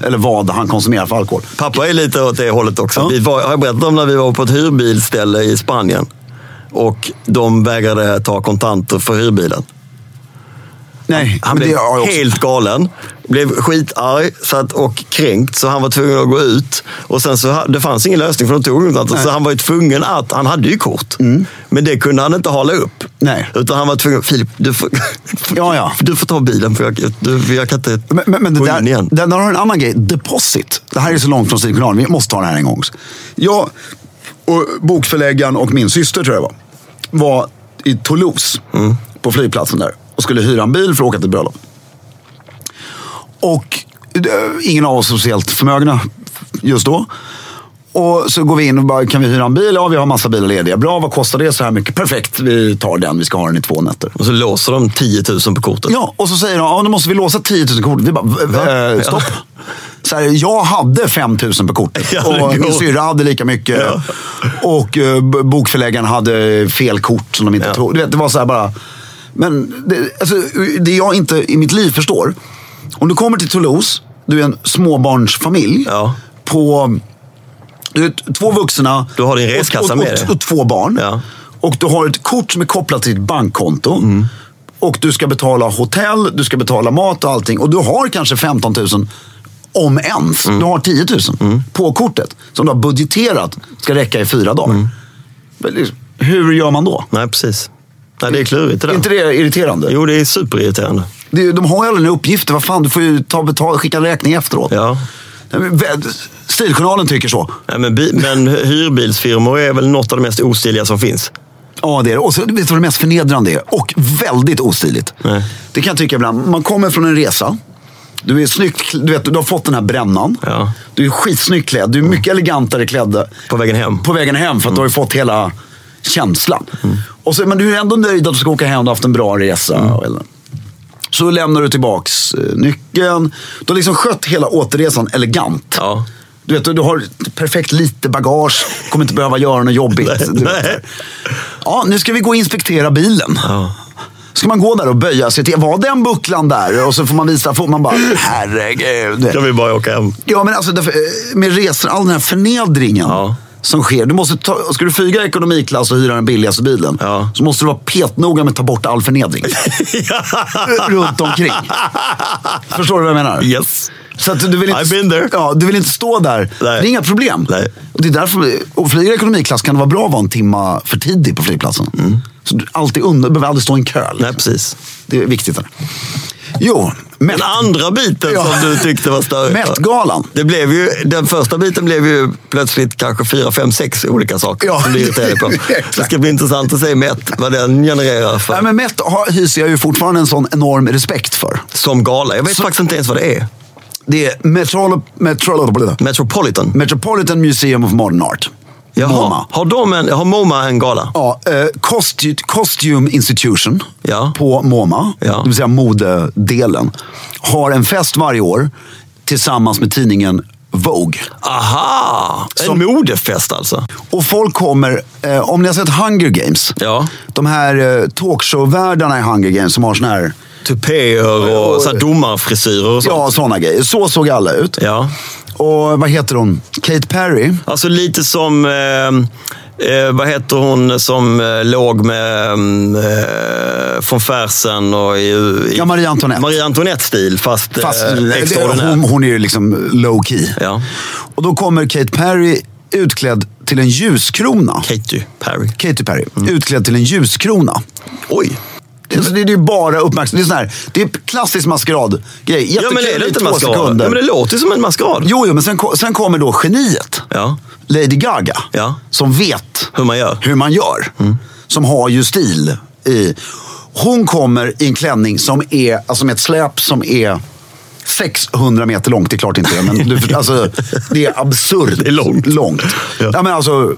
Speaker 5: eller vad han konsumerar för alkohol.
Speaker 4: Pappa är lite åt det hållet också.
Speaker 5: Ja.
Speaker 4: Vi var, har jag berättat om när vi var på ett hyrbilsställe i Spanien? Och de vägrade ta kontanter för hyrbilen.
Speaker 5: Nej,
Speaker 4: Han
Speaker 5: men det
Speaker 4: blev
Speaker 5: har jag också.
Speaker 4: helt galen. Blev skitarg satt och kränkt, så han var tvungen att gå ut. Och sen så, Det fanns ingen lösning, för de tog inte annat. Så han var ju tvungen att... Han hade ju kort, men det kunde han inte hala upp.
Speaker 5: Mm. Nej.
Speaker 4: Utan han var tvungen... Filip, du får,
Speaker 5: Ja, ja.
Speaker 4: Du får ta bilen, för jag, du, för jag kan inte
Speaker 5: Men, men, men det
Speaker 4: gå
Speaker 5: där,
Speaker 4: in igen.
Speaker 5: det där har du en annan grej. Deposit. Det här är så långt från Stigkanalen. Vi måste ta det här en gång. Jag och bokförläggaren och min syster, tror jag det var, var i Toulouse på flygplatsen där och skulle hyra en bil för att åka till bröllop. Och eh, ingen av oss är speciellt förmögna just då. Och så går vi in och bara, kan vi hyra en bil? Ja, vi har massa bilar lediga. Bra, vad kostar det? Så här mycket. Perfekt, vi tar den. Vi ska ha den i två nätter.
Speaker 4: Och så låser de 10 000 på kortet.
Speaker 5: Ja, och så säger de, ja, då måste vi låsa 10 000 kort. Vi bara, "V- v- eh, stopp. Så här, jag hade 5 000 på kortet
Speaker 4: Ja, det
Speaker 5: och
Speaker 4: går.
Speaker 5: min syrra hade lika mycket.
Speaker 4: Ja.
Speaker 5: Och eh, b- bokförläggaren hade fel kort som de inte
Speaker 4: Ja.
Speaker 5: tog. Du vet, det var så här bara. Men det, alltså, det jag inte i mitt liv förstår. Om du kommer till Toulouse, du är en småbarnsfamilj.
Speaker 4: Ja.
Speaker 5: På Du är två vuxna.
Speaker 4: Du har din reskassa
Speaker 5: och, och,
Speaker 4: med dig.
Speaker 5: och, och två barn.
Speaker 4: Ja.
Speaker 5: Och du har ett kort som är kopplat till ditt bankkonto.
Speaker 4: Mm.
Speaker 5: Och du ska betala hotell, du ska betala mat och allting. Och du har kanske 15 000, om ens.
Speaker 4: Mm.
Speaker 5: Du har 10 000 på kortet. Som du har budgeterat ska räcka i fyra dagar.
Speaker 4: Mm.
Speaker 5: Men liksom, Hur gör man då?
Speaker 4: Nej, precis. Nej, det är klurigt det
Speaker 5: Är
Speaker 4: där.
Speaker 5: inte det irriterande?
Speaker 4: Jo, det är superirriterande.
Speaker 5: Det, är ju- de har ju alla dina uppgifter. Vad fan, du får ju ta betal, skicka en räkning efteråt.
Speaker 4: Ja.
Speaker 5: Nej, men vä- Stiljournalen tycker så.
Speaker 4: Nej, men, bi- men hyrbilsfirmor är väl något av det mest ostiliga som finns.
Speaker 5: Ja, det är det. Och så, vet du vad det mest förnedrande är? Och väldigt ostiligt.
Speaker 4: Nej.
Speaker 5: Det kan jag tycka ibland. Man kommer från en resa. Du är snyggt, kl- du vet, du har fått den här brännan.
Speaker 4: Ja.
Speaker 5: Du är skitsnyggt klädd. Du är mycket elegantare klädd
Speaker 4: På vägen hem. Mm.
Speaker 5: på vägen hem för att du har ju fått hela känslan. Och så, men du är ändå nöjd att du ska åka hem och haft en bra resa.
Speaker 4: Mm.
Speaker 5: Eller. Så lämnar du tillbaks eh, nyckeln. Du har liksom skött hela återresan elegant.
Speaker 4: Ja.
Speaker 5: Du vet, du har perfekt lite bagage. Kommer inte behöva göra något jobbigt.
Speaker 4: Nej,
Speaker 5: Du vet.
Speaker 4: nej.
Speaker 5: Ja, nu ska vi gå och inspektera bilen.
Speaker 4: Ja.
Speaker 5: Ska man gå där och böja sig till, var den bucklan där? Och så får man visa, får man bara, herregud.
Speaker 4: Kan vi bara åka hem?
Speaker 5: Ja, men alltså därför, eh, med resor, all den här förnedringen
Speaker 4: Ja.
Speaker 5: som sker. Du måste ta, ska du flyga ekonomiklass och hyra den billigaste bilen
Speaker 4: Ja.
Speaker 5: så måste du vara petnoga med att ta bort all förnedring runt omkring. Förstår du vad jag menar?
Speaker 4: Yes.
Speaker 5: Så att du vill inte,
Speaker 4: I've been there.
Speaker 5: Ja, du vill inte stå där.
Speaker 4: Nej.
Speaker 5: Det är inga problem.
Speaker 4: Nej.
Speaker 5: Och det är därför, och flyger i ekonomiklass kan det vara bra att vara en timma för tidig på flygplatsen. Så du alltid under, behöver aldrig stå i en kö. liksom.
Speaker 4: Mm. Nej, precis.
Speaker 5: Det är viktigt. Där. Jo, Met,
Speaker 4: Den andra biten
Speaker 5: Ja.
Speaker 4: som du tyckte var större.
Speaker 5: Met-galan.
Speaker 4: Det blev ju, den första biten blev ju plötsligt kanske fyra, fem, sex olika saker
Speaker 5: Ja,
Speaker 4: som du irriterade på.
Speaker 5: exakt.
Speaker 4: Det ska bli intressant att se Met, vad den genererar för,
Speaker 5: Nej, men Met har, hyser jag ju fortfarande en sån enorm respekt för.
Speaker 4: som gala. Jag vet faktiskt inte ens vad det är.
Speaker 5: Det är Metrolo, Metrolo,
Speaker 4: Metropolitan.
Speaker 5: Metropolitan Museum of Modern Art.
Speaker 4: Jaha,
Speaker 5: MoMA.
Speaker 4: Har, de en, har MoMA en gala?
Speaker 5: Ja, eh, Costu- Costume Institution
Speaker 4: Ja.
Speaker 5: på MoMA,
Speaker 4: Ja.
Speaker 5: det vill säga modedelen, har en fest varje år tillsammans med tidningen Vogue.
Speaker 4: Aha! En
Speaker 5: Som-
Speaker 4: modefest alltså?
Speaker 5: Och folk kommer, eh, om ni har sett Hunger Games,
Speaker 4: Ja.
Speaker 5: de här eh, talkshow-värdarna i Hunger Games som har såna här
Speaker 4: Tupéer och så här domarfrisyrer och sånt?
Speaker 5: ja, såna grejer. Så såg alla ut.
Speaker 4: Ja.
Speaker 5: Och vad heter hon? Kate Perry.
Speaker 4: Alltså lite som... Eh, eh, vad heter hon som eh, låg med mm, eh, von Fersen och i, i
Speaker 5: Ja, Marie Antoinette.
Speaker 4: Marie Antoinette-stil, fast,
Speaker 5: Fast
Speaker 4: eh,
Speaker 5: det,
Speaker 4: extraordinär.
Speaker 5: hon, hon är ju liksom low key.
Speaker 4: Ja.
Speaker 5: Och då kommer Kate Perry utklädd till en ljuskrona.
Speaker 4: Katy Perry.
Speaker 5: Katy Perry,
Speaker 4: Mm.
Speaker 5: utklädd till en ljuskrona.
Speaker 4: Oj!
Speaker 5: Det, alltså, det, det är ju bara uppmärksamhet. Det är, sån här, det är klassisk maskeradgrej.
Speaker 4: Ja, men är det
Speaker 5: i
Speaker 4: inte
Speaker 5: två
Speaker 4: maskerad?
Speaker 5: sekunder.
Speaker 4: Ja, men det låter ju som en maskerad.
Speaker 5: Jo, jo, men sen, ko- sen kommer då geniet.
Speaker 4: Ja.
Speaker 5: Lady Gaga.
Speaker 4: Ja. Mm.
Speaker 5: Som vet
Speaker 4: Hur man gör.
Speaker 5: hur man gör. Som har ju stil. I. Hon kommer i en klänning som är, alltså med ett släp som är 600 meter långt. Det är klart inte det, men du, alltså, det är absurt
Speaker 4: Det är långt.
Speaker 5: Ja.
Speaker 4: Ja.
Speaker 5: men alltså,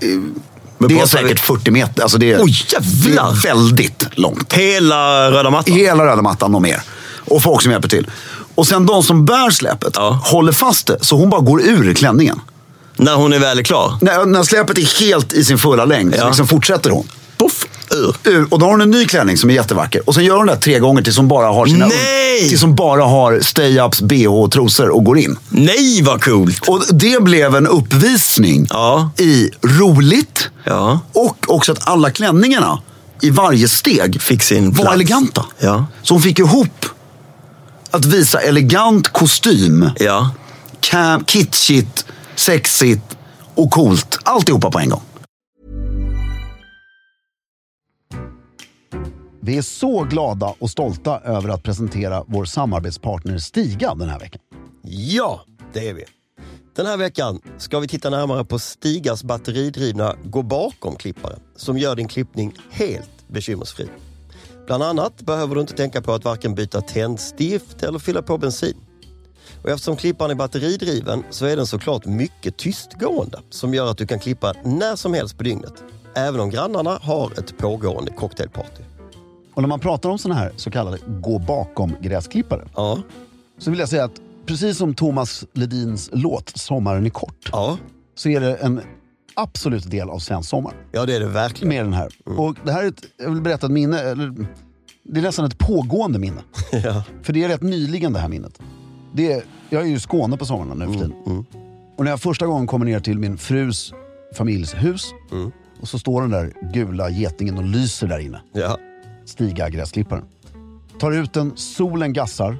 Speaker 5: eh, det är
Speaker 4: pratar vi-
Speaker 5: säkert 40 meter. Alltså det är,
Speaker 4: Oj, jävlar!
Speaker 5: det är väldigt långt.
Speaker 4: Hela röda mattan.
Speaker 5: Hela röda mattan och mer. Och folk som hjälper till. Och sen de som bär släpet
Speaker 4: Ja.
Speaker 5: håller fast det så hon bara går ur klänningen.
Speaker 4: När hon är väl klar.
Speaker 5: När, när släpet är helt i sin fulla längd så
Speaker 4: Ja.
Speaker 5: liksom fortsätter hon.
Speaker 4: Poff! Ur.
Speaker 5: Ur, och då har hon en ny klänning som är jättevacker. Och sen gör hon det här tre gånger tills hon bara har sina
Speaker 4: Nej!
Speaker 5: tills hon bara har stay-ups, bh och trosor och går in.
Speaker 4: Nej, vad coolt!
Speaker 5: Och det blev en uppvisning
Speaker 4: Ja.
Speaker 5: i roligt
Speaker 4: Ja.
Speaker 5: och också att alla klänningarna i varje steg
Speaker 4: Fick sin
Speaker 5: var
Speaker 4: plats.
Speaker 5: eleganta.
Speaker 4: Ja.
Speaker 5: Så hon fick ihop att visa elegant kostym,
Speaker 4: Ja.
Speaker 5: cam, kitschigt, sexigt och coolt. Alltihopa på en gång. Vi är så glada och stolta över att presentera vår samarbetspartner Stiga den här veckan.
Speaker 2: Ja, det är vi. Den här veckan ska vi titta närmare på Stigas batteridrivna gå bakom-klippare som gör din klippning helt bekymmersfri. Bland annat behöver du inte tänka på att varken byta tändstift eller fylla på bensin. Och eftersom klipparen är batteridriven så är den såklart mycket tystgående som gör att du kan klippa när som helst på dygnet. Även om grannarna har ett pågående cocktailparty.
Speaker 5: Och när man pratar om sådana här så kallade gå bakom gräsklippare
Speaker 2: Ja,
Speaker 5: så vill jag säga att precis som Thomas Ledins låt Sommaren är kort
Speaker 2: ja,
Speaker 5: så är det en absolut del av svensk sommar.
Speaker 2: ja det är det verkligen.
Speaker 5: med den här. Och det här är ett, jag vill berätta ett minne, eller det är nästan ett pågående minne.
Speaker 2: Ja.
Speaker 5: Mm, För det är rätt nyligen det här minnet. Det är, jag är ju i Skåne på sommaren nu för tiden. Och Och när jag första gången kommer ner till min frus familjs hus och så står den där gula getingen och lyser där inne.
Speaker 4: Ja.
Speaker 5: Stiga gräsklipparen. Tar ut den, solen gassar.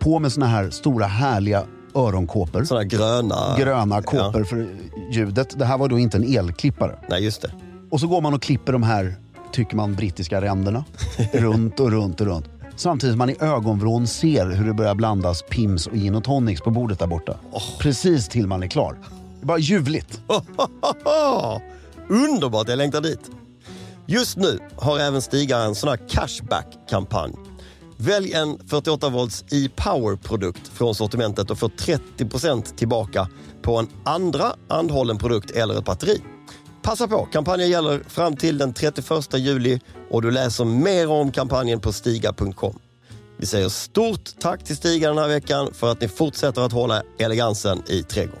Speaker 5: På med såna här stora härliga öronkåpor.
Speaker 4: Sådana gröna...
Speaker 5: Gröna kåpor för ljudet. Det här var då inte en elklippare.
Speaker 4: Nej, just det.
Speaker 5: Och så går man och klipper de här, tycker man, brittiska ränderna. runt och runt och runt. Samtidigt som man i ögonvrån ser hur det börjar blandas Pims och gin och tonics på bordet där borta. Precis till man är klar. Det är bara ljuvligt.
Speaker 4: Underbart, jag längtar dit. Just nu har även Stiga en sån här cashback-kampanj. Välj en 48 volts e-power-produkt från sortimentet och få 30 tillbaka på en andra anhållen produkt eller ett batteri. Passa på, kampanjen gäller fram till den 31 juli och du läser mer om kampanjen på stiga.com. Vi säger stort tack till Stiga den här veckan för att ni fortsätter att hålla elegansen i trädgården.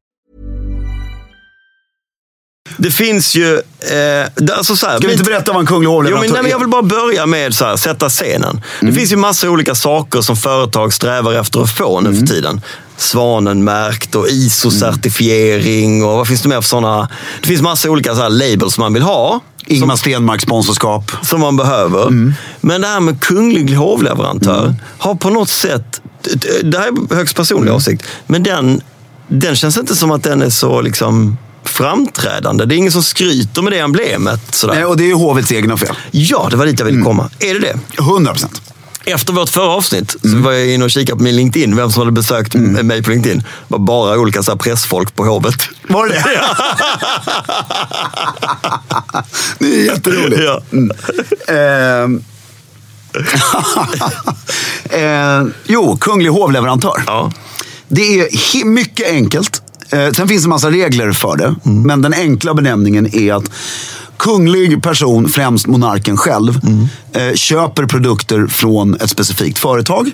Speaker 2: Det finns ju... Eh, det- alltså så här,
Speaker 5: Ska vi inte berätta vad en kunglig
Speaker 2: Jo, men, nej,
Speaker 5: hovleverantör
Speaker 2: men jag vill bara börja med så här, sätta scenen.
Speaker 5: Mm.
Speaker 2: Det finns ju massa olika saker som företag strävar efter att få nu
Speaker 5: Mm.
Speaker 2: för tiden. Svanenmärkt och
Speaker 5: Mm.
Speaker 2: ISO-certifiering och vad finns det mer för sådana? Det finns massa olika så här labels man vill ha.
Speaker 5: Ingmar Stenmarks sponsorskap.
Speaker 2: som man behöver.
Speaker 5: Mm.
Speaker 2: Men det här med kunglig hovleverantör har på något sätt, det här är högst personlig
Speaker 5: Mm.
Speaker 2: åsikt, men den, den känns inte som att den är så liksom framträdande. Det är ingen som skryter med det emblemet. Sådär.
Speaker 5: Nej, Eh, och Mm. det är ju hovets egna fel.
Speaker 2: Ja, det var dit jag ville komma. Är det det?
Speaker 5: 100 procent.
Speaker 2: Efter vårt förra avsnitt
Speaker 5: Mm.
Speaker 2: så var jag inne och kikade på min LinkedIn, vem som hade besökt mig på LinkedIn. Det var bara olika så här pressfolk på hovet.
Speaker 5: Var det det? det är jätteroligt. Mm.
Speaker 2: Ja.
Speaker 5: Ehm. Ehm, jo, kunglig hovleverantör.
Speaker 2: Ja.
Speaker 5: Det är hi- mycket enkelt. Eh, sen finns det en massa regler för det. Men den enkla benämningen är att kunglig person, främst monarken själv, eh, köper produkter från ett specifikt företag.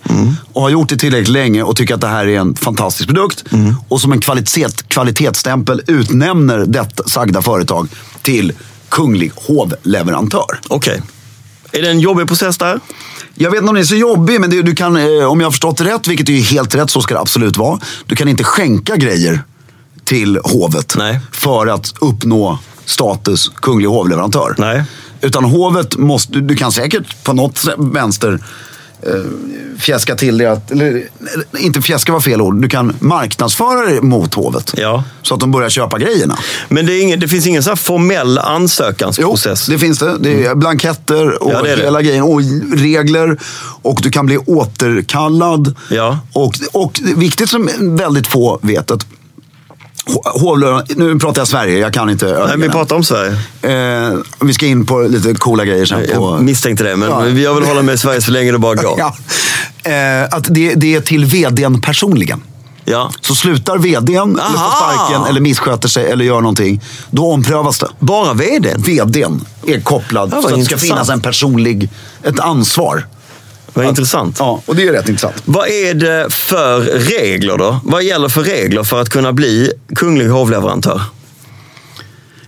Speaker 5: Och har gjort det tillräckligt länge och tycker att det här är en fantastisk produkt. Och som en kvalitet, kvalitetsstämpel utnämner detta sagda företag till kunglig hovleverantör.
Speaker 2: Okej. Är det en jobbig process där?
Speaker 5: Jag vet inte om det är så jobbig, men det, du kan, eh, om jag har förstått det rätt, vilket är ju helt rätt, så ska det absolut vara. Du kan inte skänka grejer till hovet
Speaker 2: Nej.
Speaker 5: för att uppnå status kunglig hovleverantör.
Speaker 2: Nej.
Speaker 5: Utan hovet måste, du- du kan säkert på något sä- vänster eh, fjäska till det. Att, eller, eh, inte fjäska var fel ord. Du kan marknadsföra det mot hovet.
Speaker 2: Ja.
Speaker 5: Så att de börjar köpa grejerna.
Speaker 2: Men det, är ingen, det finns ingen så här formell ansökansprocess?
Speaker 5: Jo, det finns det. Det är blanketter och
Speaker 2: Mm. Ja, det är det.
Speaker 5: hela grejen. Och regler. Och du kan bli återkallad.
Speaker 2: Ja.
Speaker 5: Och, och det är viktigt som väldigt få vet att ho- hovlö- nu pratar jag Sverige, jag kan inte
Speaker 2: Nej, vi
Speaker 5: övriga.
Speaker 2: pratar om Sverige.
Speaker 5: eh, vi ska in på lite coola grejer sen. På,
Speaker 2: Jag misstänkte det, men
Speaker 5: Ja.
Speaker 2: vi jag vill hålla med Sverige så länge det bara går. Ja.
Speaker 5: ja. eh, att det, det är till vdn personligen. Så slutar vdn, eller får
Speaker 2: Aha.
Speaker 5: sparken, eller missköter sig, eller gör någonting, då omprövas det.
Speaker 2: Bara vdn?
Speaker 5: vdn är kopplad.
Speaker 2: Ja, vad
Speaker 5: så att det ska
Speaker 2: intressant.
Speaker 5: finnas en personlig, ett ansvar.
Speaker 2: Vad intressant.
Speaker 5: Ja, och det är rätt intressant.
Speaker 2: Vad är det för regler då? Vad gäller för regler för att kunna bli kunglig hovleverantör?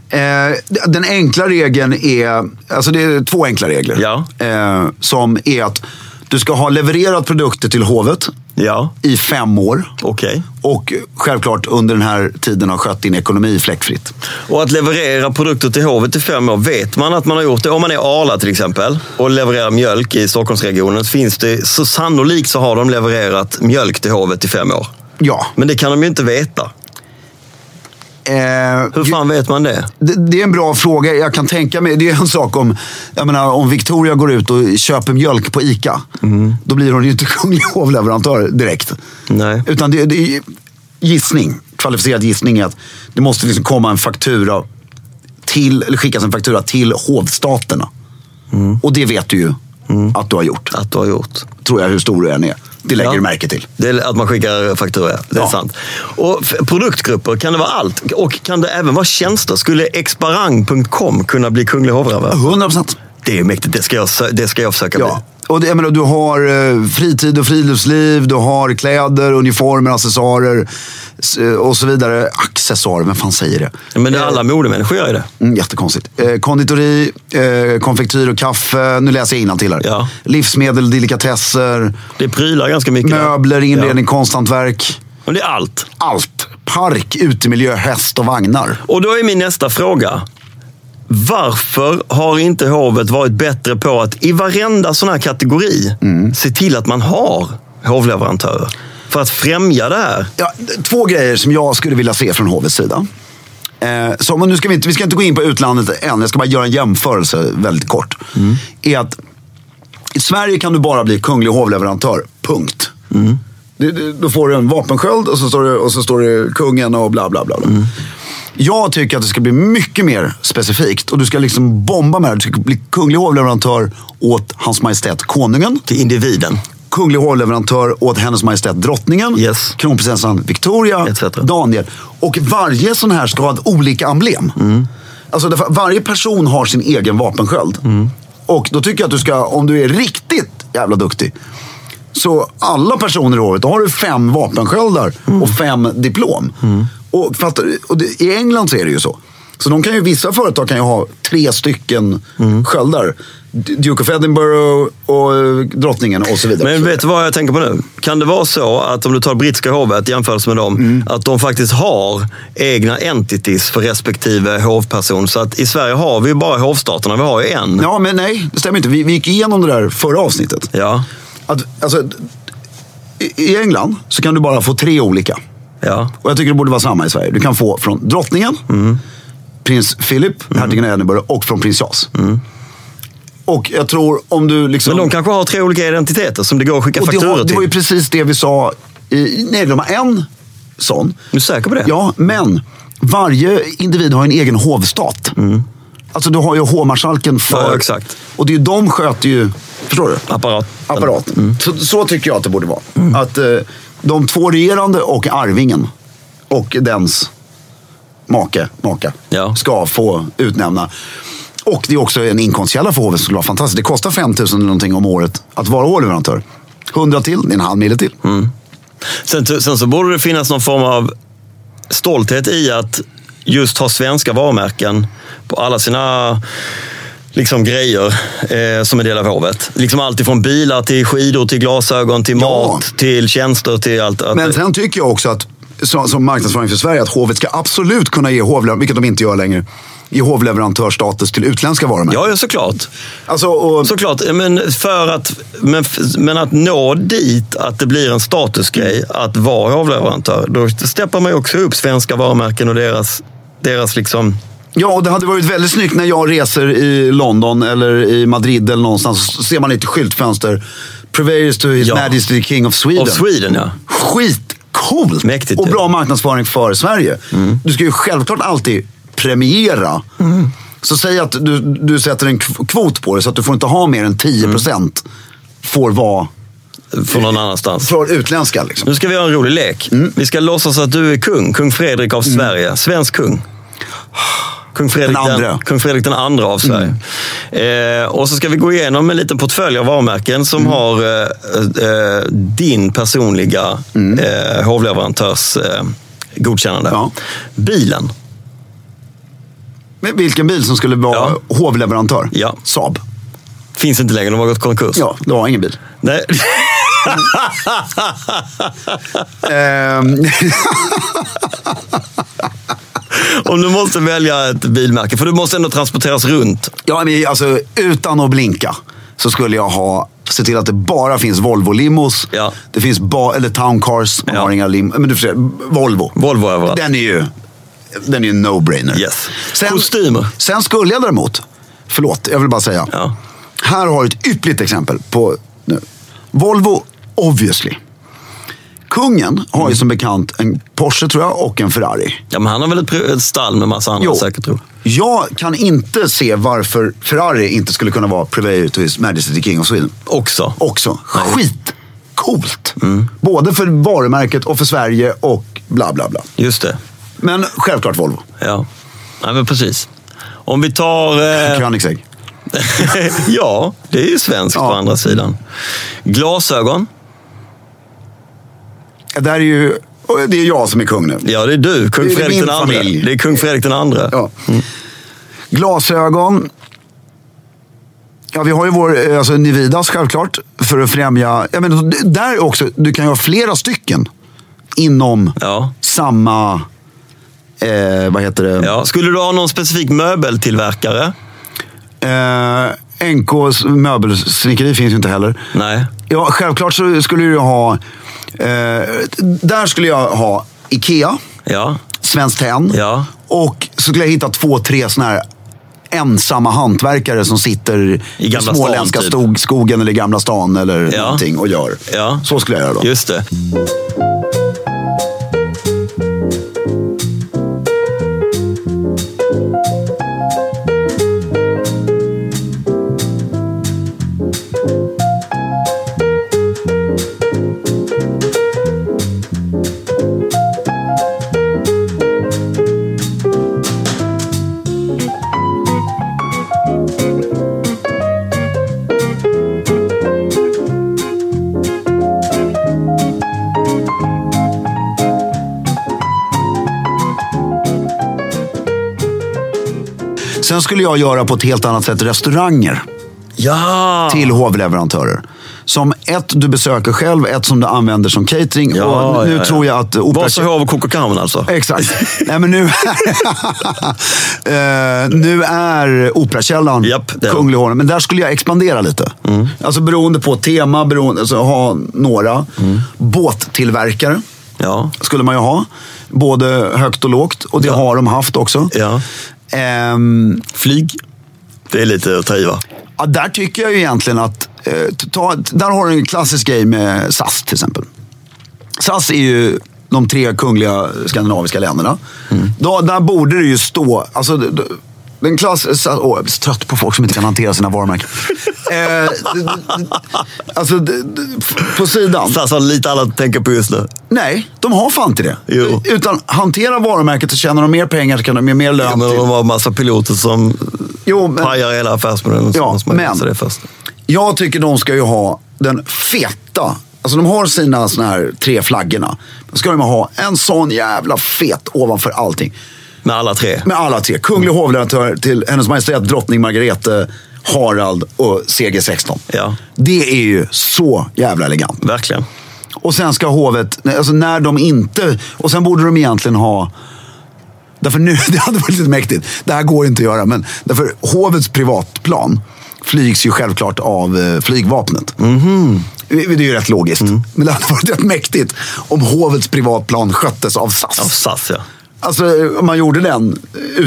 Speaker 5: Eh, den enkla regeln är, alltså det är två enkla regler.
Speaker 2: Ja.
Speaker 5: Eh, som är att du ska ha levererat produkter till hovet
Speaker 2: Ja,
Speaker 5: i fem år.
Speaker 2: okej.
Speaker 5: Och självklart under den här tiden ha skött din ekonomi fläckfritt.
Speaker 2: Och att leverera produkter till hovet i fem år, vet man att man har gjort det? Om man är Arla till exempel och levererar mjölk i Stockholmsregionen, så finns det, så sannolikt så har de levererat mjölk till hovet i fem år.
Speaker 5: Ja.
Speaker 2: Men det kan de ju inte veta.
Speaker 5: Eh,
Speaker 2: Hur fan vet man det?
Speaker 5: Det, det är en bra fråga. Jag kan tänka mig, det är en sak om, jag menar, om Victoria går ut och köper mjölk på ICA. Då blir hon ju inte kunglig hovleverantör direkt.
Speaker 2: Nej.
Speaker 5: Utan det, det är gissning, kvalificerad gissning är att det måste liksom komma en faktura till, eller skickas en faktura till hovstaterna. Och det vet du ju att du har gjort.
Speaker 2: Mm. Att du har gjort.
Speaker 5: Tror jag hur stor du än är. Det lägger
Speaker 2: Ja.
Speaker 5: du märke till.
Speaker 2: Det är att man skickar faktura, det är
Speaker 5: Ja.
Speaker 2: sant. Och f- produktgrupper, kan det vara allt? Och kan det även vara tjänster? Skulle exparang.com kunna bli Kungliga hovrätten?
Speaker 5: 100 procent.
Speaker 2: Det är mäktigt, det ska jag, sö- det ska jag försöka
Speaker 5: Ja. Och det, jag menar, du har eh, fritid och friluftsliv, du har kläder, uniformer, accessoarer s- eh, och så vidare. Accessoarer, vem fan säger det?
Speaker 2: bli. Men det är alla modemänniskor gör ju det.
Speaker 5: Mm, jättekonstigt. Eh, konditori, eh, konfektyr och kaffe. Nu läser jag till här.
Speaker 2: Ja.
Speaker 5: Livsmedel, delikatesser,
Speaker 2: Det prylar ganska mycket. där.
Speaker 5: möbler, inredning, konsthantverk.
Speaker 2: Ja. Men det är allt.
Speaker 5: Allt. Park, utemiljö, häst och vagnar.
Speaker 2: Och då är min nästa fråga. Varför har inte hovet varit bättre på att i varenda sån här kategori se till att man har hovleverantörer? För att främja det här.
Speaker 5: Ja, d- två grejer som jag skulle vilja se från hovets sida. Eh, som, och nu ska vi, inte, vi ska inte gå in på utlandet än, jag ska bara göra en jämförelse väldigt kort. Är att I Sverige kan du bara bli kunglig hovleverantör, punkt.
Speaker 2: Mm.
Speaker 5: Du, du, då får du en vapensköld och så står det, och så står det kungen och bla bla bla. bla.
Speaker 2: Mm.
Speaker 5: Jag tycker att det ska bli mycket mer specifikt och du ska liksom bomba med det. Du ska bli kunglig hovleverantör åt Hans Majestät Konungen
Speaker 2: Till individen.
Speaker 5: kunglig hovleverantör åt hennes majestät drottningen,
Speaker 2: Yes.
Speaker 5: kronprinsessan Victoria,
Speaker 2: Etc.
Speaker 5: Daniel. Och varje sån här ska ha ett olika emblem.
Speaker 2: Mm.
Speaker 5: Alltså därför, att varje person har sin egen vapensköld.
Speaker 2: Mm.
Speaker 5: Och då tycker jag att du ska, om du är riktigt jävla duktig, så alla personer i hovet, då har du fem vapensköldar och fem diplom. Och, fattar, du? och det, I England så är det ju så. Så de kan ju, vissa företag kan ju ha tre stycken sköldar. D- Duke of Edinburgh och eh, drottningen och så vidare.
Speaker 2: Men Eh, vet du vad jag tänker på nu? Kan det vara så att om du tar brittiska hovet jämfört med dem,
Speaker 5: Mm.
Speaker 2: att de faktiskt har egna entities för respektive hovperson? Så att i Sverige har vi ju bara hovstaterna, vi har ju en.
Speaker 5: Ja, men nej, det stämmer inte. Vi, vi gick igenom det där förra avsnittet.
Speaker 2: Ja,
Speaker 5: Att, alltså, i- I England så kan du bara få tre olika.
Speaker 2: ja.
Speaker 5: Och jag tycker det borde vara samma i Sverige. Du kan få från drottningen, prins Philip, hertigen av Edinburgh och från prins Charles. Och jag tror om du liksom...
Speaker 2: Men de kanske har tre olika identiteter som det går att skicka
Speaker 5: och det,
Speaker 2: fakturor
Speaker 5: var, det var ju
Speaker 2: till.
Speaker 5: precis det vi sa. I, nej, de har en sån.
Speaker 2: Är du säker på det?
Speaker 5: Ja, men varje individ har en egen hovstat. Alltså du har ju hovmarskalken för...
Speaker 2: Ja, exakt.
Speaker 5: Och det är ju de sköter ju... Förstår du?
Speaker 2: Apparat.
Speaker 5: Apparaten. Så, så tycker jag att det borde vara. Att eh, de två regerande och arvingen och dens make, maka,
Speaker 2: Ja.
Speaker 5: ska få utnämna. Och det är också en inkomstkälla för hovet som skulle vara fantastisk. Det kostar 5 000 eller någonting om året att vara hovleverantör. 100 till, det är en halv mille till.
Speaker 2: Sen, sen så borde det finnas någon form av stolthet i att just ha svenska varumärken på alla sina liksom, grejer eh, som är del av hovet. Liksom allt ifrån bilar till skidor, till glasögon, till
Speaker 5: Ja.
Speaker 2: mat, till tjänster, till allt. Att,
Speaker 5: Men sen tycker jag också att, som, som marknadsföring för Sverige, att hovet ska absolut kunna ge hovleverantör, vilket de inte gör längre, ge hovleverantörsstatus till utländska varumärken.
Speaker 2: Ja, ja, såklart.
Speaker 5: Alltså, och,
Speaker 2: Såklart, men, för att, men, f- men att nå dit att det blir en statusgrej att vara hovleverantör, då steppar man ju också upp svenska varumärken och deras, deras liksom...
Speaker 5: Ja, och det hade varit väldigt snyggt när jag reser i London eller i Madrid eller någonstans. Så ser man ett skyltfönster. Purveyors to his
Speaker 2: Ja.
Speaker 5: majesty the king of Sweden.
Speaker 2: Of Sweden, ja.
Speaker 5: Skitcoolt!
Speaker 2: Mäktigt, Mm.
Speaker 5: och
Speaker 2: ja.
Speaker 5: bra marknadsföring för Sverige. Du ska ju självklart alltid premiera.
Speaker 2: Mm.
Speaker 5: Så säg att du, du sätter en kv- kvot på det så att du får inte ha mer än 10% får vara
Speaker 2: Från någon annanstans.
Speaker 5: för utländska. Liksom.
Speaker 2: Nu ska vi göra en rolig lek. Vi ska låtsas att du är kung, kung Fredrik av Sverige. Svensk kung. Kung Fredrik
Speaker 5: Den andra.
Speaker 2: kung Fredrik den andra av Sverige. Eh, och så ska vi gå igenom en liten portfölj av varumärken som har eh, eh, din personliga eh, hovleverantörs eh, godkännande.
Speaker 5: Ja.
Speaker 2: Bilen.
Speaker 5: Men vilken bil som skulle vara
Speaker 2: Ja.
Speaker 5: hovleverantör?
Speaker 2: Ja.
Speaker 5: Saab.
Speaker 2: Finns inte längre, de har gått konkurs.
Speaker 5: Ja, det var ingen bil.
Speaker 2: Nej.
Speaker 5: Ehm,
Speaker 2: Om du måste välja ett bilmärke, för du måste ändå transporteras runt.
Speaker 5: Ja, men alltså utan att blinka så skulle jag ha se till att det bara finns Volvo-limos.
Speaker 2: Ja.
Speaker 5: Det finns ba- eller Town Cars. Man
Speaker 2: Ja.
Speaker 5: har inga lim- men du förstår, Volvo.
Speaker 2: Volvo överallt.
Speaker 5: Den är ju den är ju en no-brainer.
Speaker 2: Yes. Kostymer.
Speaker 5: Sen skulle jag däremot, förlåt, jag vill bara säga.
Speaker 2: Ja.
Speaker 5: Här har du ett ypperligt exempel på nu. Volvo, obviously. Kungen har ju som bekant en Porsche tror jag och en Ferrari.
Speaker 2: Ja, men han har väl ett, pri- ett stall med massa andra säkert, tror jag.
Speaker 5: Jag kan inte se varför Ferrari inte skulle kunna vara Purveyor to His Majesty the King of Sweden.
Speaker 2: Också.
Speaker 5: Också.
Speaker 2: Nej. Mm.
Speaker 5: Skitcoolt. coolt. Både för varumärket och för Sverige och bla bla bla.
Speaker 4: Just det.
Speaker 5: Men självklart Volvo.
Speaker 4: Ja, Nej, men precis. Om vi tar... Eh,
Speaker 5: Koenigsegg.
Speaker 4: ja, det är ju svenskt på
Speaker 5: Ja.
Speaker 4: andra sidan. Glasögon.
Speaker 5: Ja, Det här är ju... och Det är jag som är kung nu.
Speaker 4: Ja, det är du. Kung
Speaker 5: Det är
Speaker 4: Fredrik
Speaker 5: min
Speaker 4: den andra.
Speaker 5: familj.
Speaker 4: Det är kung Fredrik den andra.
Speaker 5: Ja.
Speaker 2: Mm.
Speaker 5: Glasögon. Ja, vi har ju vår, eh, alltså Nividas självklart, för att främja... Ja, men d- där också, du kan ju ha flera stycken inom
Speaker 4: Ja.
Speaker 5: samma... Eh, vad heter det?
Speaker 4: Ja. Skulle du ha någon specifik möbeltillverkare?
Speaker 5: Eh, NKs möbelsnickeri finns ju inte heller.
Speaker 4: Nej.
Speaker 5: Ja, självklart så skulle du ha... Eh, där skulle jag ha Ikea,
Speaker 4: Ja.
Speaker 5: Svenskt Tenn.
Speaker 4: Ja.
Speaker 5: Och så skulle jag hitta två, tre sådana här ensamma hantverkare som sitter
Speaker 4: I
Speaker 5: i
Speaker 4: Gamla
Speaker 5: småländska
Speaker 4: stan, typ.
Speaker 5: stog, skogen eller Gamla stan eller
Speaker 4: Ja.
Speaker 5: någonting och gör.
Speaker 4: Ja.
Speaker 5: Så skulle jag göra då.
Speaker 4: Just det.
Speaker 5: Sen skulle jag göra på ett helt annat sätt restauranger.
Speaker 4: Ja!
Speaker 5: till hovleverantörer. Som ett du besöker själv, ett som du använder som catering.
Speaker 4: Ja,
Speaker 5: och nu
Speaker 4: ja, ja.
Speaker 5: tror jag att...
Speaker 4: Vasahov och Kokokamen alltså?
Speaker 5: Exakt. Nej, men nu, Eh, nu är Operakällaren
Speaker 4: Japp, det är Mm.
Speaker 5: Kunglig Holmen. Men där skulle jag expandera lite. Alltså beroende på tema, beroende, alltså, ha några. Båttillverkare
Speaker 4: Mm. Ja.
Speaker 5: skulle man ju ha. Både högt och lågt. Och det har de haft också.
Speaker 4: ja.
Speaker 5: Ehm,
Speaker 4: Flyg? Det är lite att ta i va?
Speaker 5: Ja, där tycker jag ju egentligen att... Eh, ta, där har du en klassisk grej med SAS till exempel. SAS är ju de tre kungliga skandinaviska länderna. Då, där borde det ju stå... Alltså, d- d- den klass... sa- Åh, jag blir så trött på folk som inte kan hantera sina varumärken. eh, d- d- alltså, d- d- f- på sidan.
Speaker 4: SAS har lite annat att tänka på just nu.
Speaker 5: Nej, de har fan inte det.
Speaker 4: Jo.
Speaker 5: Utan hantera varumärket och tjänar de mer pengar så kan de ge mer lön.
Speaker 4: Ja, men
Speaker 5: till-
Speaker 4: de har massa piloter som
Speaker 5: Jo, men-
Speaker 4: pajar hela affärsmodellen.
Speaker 5: Ja,
Speaker 4: så måste man
Speaker 5: men-
Speaker 4: lösa det först.
Speaker 5: Jag tycker de ska ju ha den feta. Alltså de har sina såna här tre flaggorna. Då ska de ha en sån jävla fet ovanför allting.
Speaker 4: Med alla tre.
Speaker 5: Med alla tre. Kunglig hovleverantör till Hennes Majestät drottning Margrethe, Harald och CG16.
Speaker 4: Ja.
Speaker 5: Det är ju så jävla elegant.
Speaker 4: Verkligen.
Speaker 5: Och sen ska hovet, alltså när de inte, och sen borde de egentligen ha Därför nu, det hade varit lite mäktigt. Det här går inte att göra, men därför hovets privatplan flygs ju självklart av eh, flygvapnet. Det det är ju rätt logiskt.
Speaker 4: Mm.
Speaker 5: Men det hade varit rätt mäktigt om hovets privatplan sköttes av SAS.
Speaker 4: Av SAS ja.
Speaker 5: Alltså om man gjorde den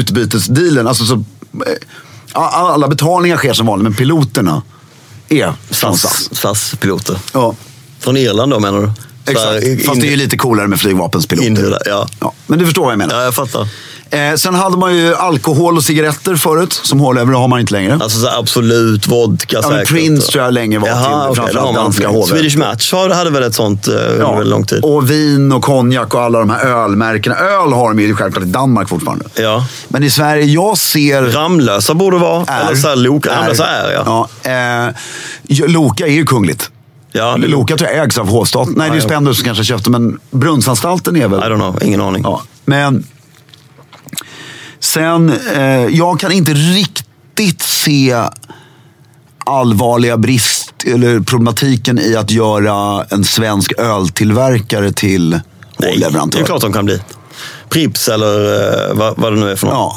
Speaker 5: utbytesdealen. Alltså, så, eh, a- alla betalningar sker som vanligt, men piloterna är från SAS.
Speaker 4: SAS-piloter.
Speaker 5: Ja.
Speaker 4: Från Irland då menar du? Så här,
Speaker 5: Exakt.
Speaker 4: in-
Speaker 5: Fast det är ju lite coolare med flygvapenspiloter.
Speaker 4: Inhyrda, ja.
Speaker 5: Ja, men du förstår vad jag menar.
Speaker 4: Ja, jag fattar.
Speaker 5: Eh, sen hade man ju alkohol och cigaretter förut. Som hårlever har man inte längre.
Speaker 4: Alltså så här, absolut vodka
Speaker 5: Ja, men
Speaker 4: säkert.
Speaker 5: Prince tror jag länge var till,
Speaker 4: okej,
Speaker 5: framförallt
Speaker 4: det har man.
Speaker 5: danska hovet.
Speaker 4: Swedish Match har- hade väl ett sånt eh, under väldigt lång tid.
Speaker 5: Och vin och konjak och alla de här ölmärkena. Öl har de ju självklart i Danmark fortfarande.
Speaker 4: Ja.
Speaker 5: Men i Sverige, jag ser...
Speaker 4: Ramlösa borde vara.
Speaker 5: är-
Speaker 4: Eller så här, Loka. Ramlösa är ja. ja.
Speaker 5: Ja, eh, ja, Loka är ju kungligt.
Speaker 4: ja det-
Speaker 5: Loka tror jag ägs av hovstaten. Nej, det är
Speaker 4: Ja, ja.
Speaker 5: Spendrup som kanske köpte, men Brunnsanstalten är väl...
Speaker 4: I don't know, ingen aning.
Speaker 5: Ja, men sen, eh, jag kan inte riktigt se allvarliga brist eller problematiken i att göra en svensk öltillverkare till
Speaker 4: Nej, det
Speaker 5: leverantör.
Speaker 4: är klart de kan bli. Prips eller eh, vad, vad det nu är för något.
Speaker 5: Ja.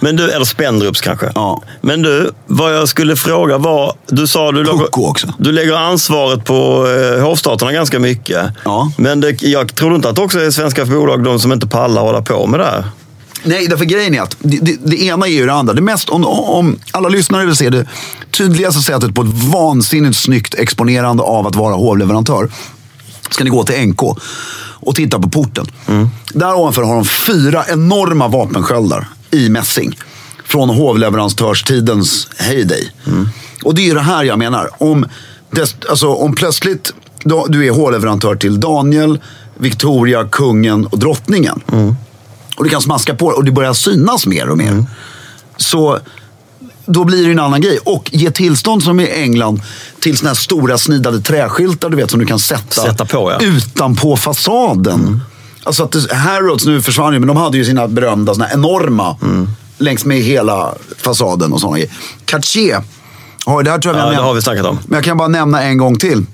Speaker 4: Men du, eller Spendrups kanske.
Speaker 5: Ja.
Speaker 4: Men du, vad jag skulle fråga var... Du sa du,
Speaker 5: Pucko också.
Speaker 4: du lägger ansvaret på eh, hovstaterna ganska mycket.
Speaker 5: Ja.
Speaker 4: Men det, jag tror inte att det också är svenska bolag de som inte pallar hålla på med det här.
Speaker 5: Nej, därför grejen är att det, det, det ena är ju det andra. Det mest, om, om alla lyssnare vill se det tydligaste sättet på ett vansinnigt snyggt exponerande av att vara hovleverantör ska ni gå till NK och titta på porten. Där ovanför har de fyra enorma vapensköldar i mässing. Från hovleverantörstidens heyday. Och det är ju det här jag menar. Om, dest, alltså, om plötsligt då- du är hårleverantör till Daniel, Victoria, kungen och drottningen. Och du kan smaska på det och det börjar synas mer och mer.
Speaker 4: Mm.
Speaker 5: Så då blir det en annan grej. Och ge tillstånd som i England till såna här stora snidade träskyltar du vet, som du kan sätta,
Speaker 4: Sätta på, ja. Mm.
Speaker 5: utanpå fasaden. Alltså att det, Harrods, nu försvann ju, men de hade ju sina berömda såna här enorma
Speaker 4: Mm.
Speaker 5: längs med hela fasaden och sådana grejer. Cartier, har, det här tror jag
Speaker 4: Ja,
Speaker 5: vi
Speaker 4: det
Speaker 5: nämnt.
Speaker 4: har vi snackat om.
Speaker 5: Men jag kan bara nämna en gång till.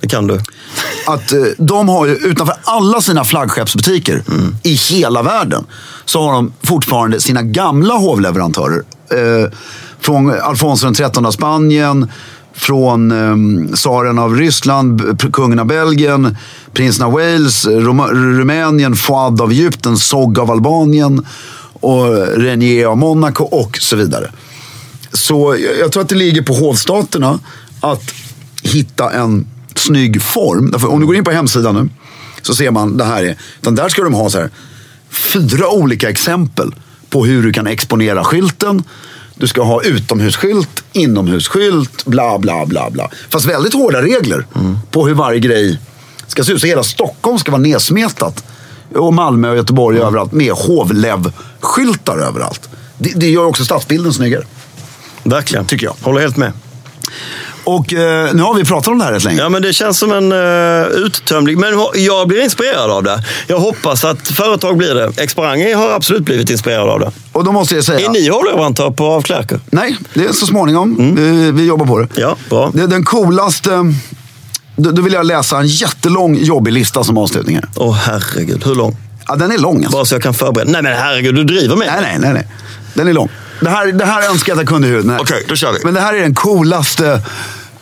Speaker 4: Det kan du.
Speaker 5: Att eh, de har ju utanför alla sina flaggskeppsbutiker i hela världen så har de fortfarande sina gamla hovleverantörer. Eh, från Alfonso den XIII av Spanien, från eh, tsaren av Ryssland, p- kungen av Belgien, prinsen av Wales, Rom- Rumänien, Fouad av Egypten, Sogg av Albanien och Renier av Monaco och så vidare. Så jag, jag tror att det ligger på hovstaterna att hitta en snygg form. Därför om du går in på hemsidan nu så ser man det här. Är, utan där ska de ha så här, fyra olika exempel på hur du kan exponera skylten. Du ska ha utomhusskylt, inomhusskylt, bla bla bla. bla. Fast väldigt hårda regler på hur varje grej ska se ut. Så hela Stockholm ska vara nedsmetat. Och Malmö och Göteborg och överallt med hovlev-skyltar överallt. Det, det gör också stadsbilden snyggare.
Speaker 4: Verkligen.
Speaker 5: Tycker jag.
Speaker 4: Håller helt med.
Speaker 5: Och eh, nu har vi pratat om det här rätt länge.
Speaker 4: Ja, men det känns som en uh, uttömlig... Men ho- jag blir inspirerad av det. Jag hoppas att företag blir det. Exparange har absolut blivit inspirerad av det.
Speaker 5: Och då måste jag säga...
Speaker 4: Är ni hovleverantör på av Klerker?
Speaker 5: Nej, det är så småningom. Vi, vi jobbar på det.
Speaker 4: Ja, bra.
Speaker 5: det den coolaste... Då, då vill jag läsa en jättelång jobbig lista som avslutning här.
Speaker 4: Åh herregud, hur lång?
Speaker 5: Ja, den är lång alltså.
Speaker 4: Bara så jag kan förbereda. Nej men herregud, du driver med
Speaker 5: Nej, nej, nej, nej. Den är lång. Det här, det här önskar jag att jag kunde i huvudet. men-
Speaker 4: Okej, då kör vi.
Speaker 5: Men det här är den coolaste...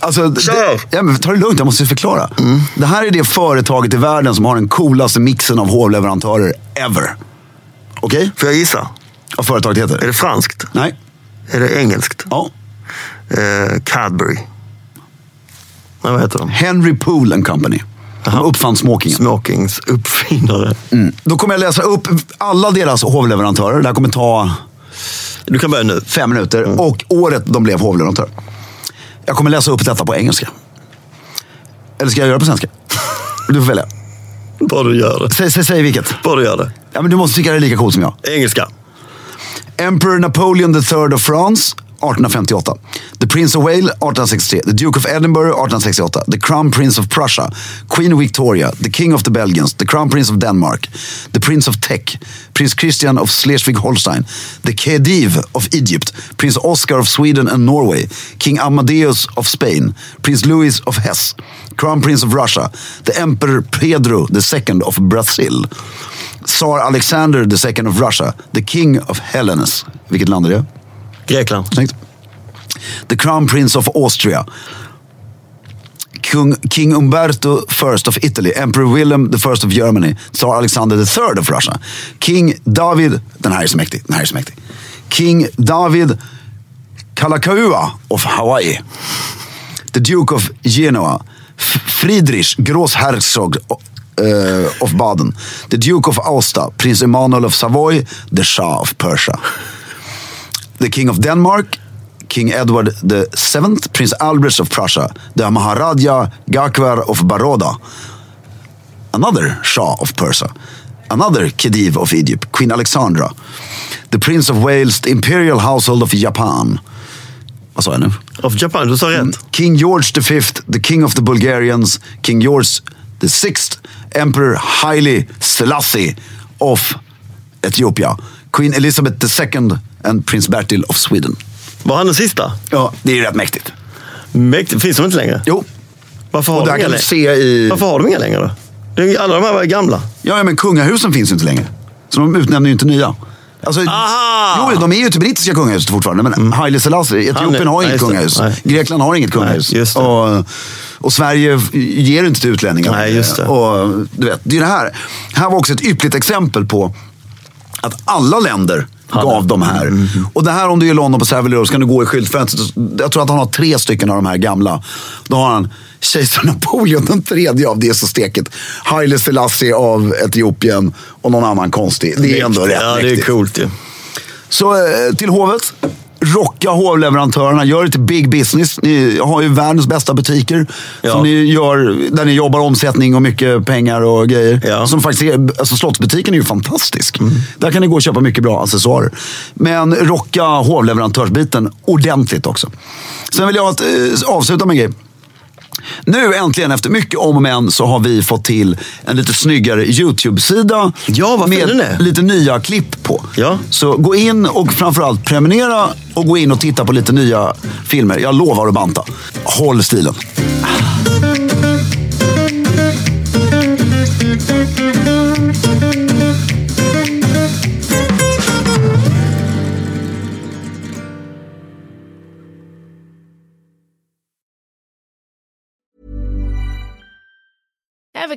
Speaker 5: Alltså,
Speaker 4: Kör! Mm.
Speaker 5: det, ja, men ta det lugnt, jag måste förklara. Det här är det företaget i världen som har den coolaste mixen av hovleverantörer ever. Okej?
Speaker 4: Får jag gissa?
Speaker 5: Vad företaget heter?
Speaker 4: det franskt?
Speaker 5: Nej.
Speaker 4: Är det engelskt? Eh,
Speaker 5: Ja.
Speaker 4: Cadbury? Nej, vad heter de?
Speaker 5: Henry Poole and Company. De
Speaker 4: Aha.
Speaker 5: uppfann smokingen.
Speaker 4: Smokings uppfinnare.
Speaker 5: Mm. Då kommer jag läsa upp alla deras hovleverantörer. Det här kommer ta
Speaker 4: Du kan börja nu. Mm.
Speaker 5: fem minuter. Och året de blev hovleverantör. Jag kommer läsa upp detta på engelska. Eller ska jag göra det på svenska? Du får välja.
Speaker 4: Bara du gör det.
Speaker 5: Säg, säg, säg vilket.
Speaker 4: Bara du gör det.
Speaker 5: Ja, men du måste tycka det är lika coolt som jag.
Speaker 4: Engelska.
Speaker 5: Emperor Napoleon III of France 1858. The Prince of Wales 1863. The Duke of Edinburgh 1868. The Crown Prince of Prussia. Queen Victoria. The King of the Belgians. The Crown Prince of Denmark. The Prince of Teck. Prince Christian of Schleswig-Holstein. The Khedive of Egypt. Prince Oscar of Sweden and Norway. King Amadeus of Spain. Prince Louis of Hesse. Crown Prince of Russia. The Emperor Pedro II of Brazil. Tsar Alexander II of Russia, the king of Hellenes. Vilket land är det?
Speaker 4: Grekland.
Speaker 5: Snyggt. The crown prince of Austria. Kung, King Umberto I of Italy, Emperor Willem I of Germany, Tsar Alexander III of Russia, King David, den här är så mäktig, den här är så mäktig. King David Kalakaua of Hawaii, the Duke of Genoa, F- Friedrich Großherzog eh, of Baden, the Duke of Aosta, Prins Emanuel of Savoy, the Shah of Persia. the King of Denmark, King Edward the Seventh, Prince Albert of Prussia, the Maharaja Gakwar of Baroda, another Shah of Persia, another Khedive of Egypt, Queen Alexandra, the Prince of Wales, the Imperial Household of Japan. Vad sa jag nu?
Speaker 4: Av Japan, du sa rätt.
Speaker 5: King George V, the King of the Bulgarians, King George the Sixth, Emperor Haile Selassie of Ethiopia, Queen Elizabeth II and Prince Bertil of Sweden.
Speaker 4: Var han den sista?
Speaker 5: Ja, det är ju rätt mäktigt.
Speaker 4: Mäktigt. Finns de inte längre?
Speaker 5: Jo,
Speaker 4: Varför har,
Speaker 5: och
Speaker 4: de
Speaker 5: där
Speaker 4: inga
Speaker 5: kan du
Speaker 4: längre?
Speaker 5: se i...
Speaker 4: Varför har de inga längre då? Det är ju- Alla de här var ju gamla.
Speaker 5: Ja, ja, men kungahusen finns ju inte längre. Så de utnämner ju inte nya. Alltså,
Speaker 4: Aha! Mm.
Speaker 5: Jo, de är ju till brittiska kungahuset fortfarande, men Haile Selassie, Etiopien har
Speaker 4: nej,
Speaker 5: inget
Speaker 4: just det.
Speaker 5: kungahus.
Speaker 4: Nej.
Speaker 5: Grekland har inget kungahus.
Speaker 4: Nej, just det.
Speaker 5: och, och Sverige f- ger inte till utlänningar.
Speaker 4: Nej, just det.
Speaker 5: Och, du vet, det är det här. Här var också ett ypperligt exempel på att alla länder gav de här.
Speaker 4: Mm,
Speaker 5: Och det här om du är i London på Savile Row så kan du gå i skyltfönstret. Jag tror att han har tre stycken av de här gamla. Då har han kejsar Napoleon den tredje av det är så steket. Haile Selassie av Etiopien och någon annan konstig. Det är ändå rätt
Speaker 4: Ja, det är
Speaker 5: mäktigt.
Speaker 4: coolt ju.
Speaker 5: Så eh, till hovet. Rocka hovleverantörerna, gör det till big business. Ni har ju världens bästa butiker.
Speaker 4: Ja.
Speaker 5: Som ni gör, där ni jobbar omsättning och mycket pengar och grejer.
Speaker 4: Ja. Mm.
Speaker 5: Som faktiskt är, alltså slottsbutiken är ju fantastisk. Där kan ni gå och köpa mycket bra accessoarer. Men rocka hovleverantörsbiten ordentligt också. Sen vill jag att, eh, avsluta med en grej. Nu äntligen, efter mycket om och men, så har vi fått till en lite snyggare YouTube-sida.
Speaker 4: Ja, vad fin
Speaker 5: Med
Speaker 4: den är.
Speaker 5: lite nya klipp på.
Speaker 4: Ja.
Speaker 5: Så gå in och framförallt prenumerera och gå in och titta på lite nya filmer. Jag lovar att banta. Håll stilen.
Speaker 6: Ever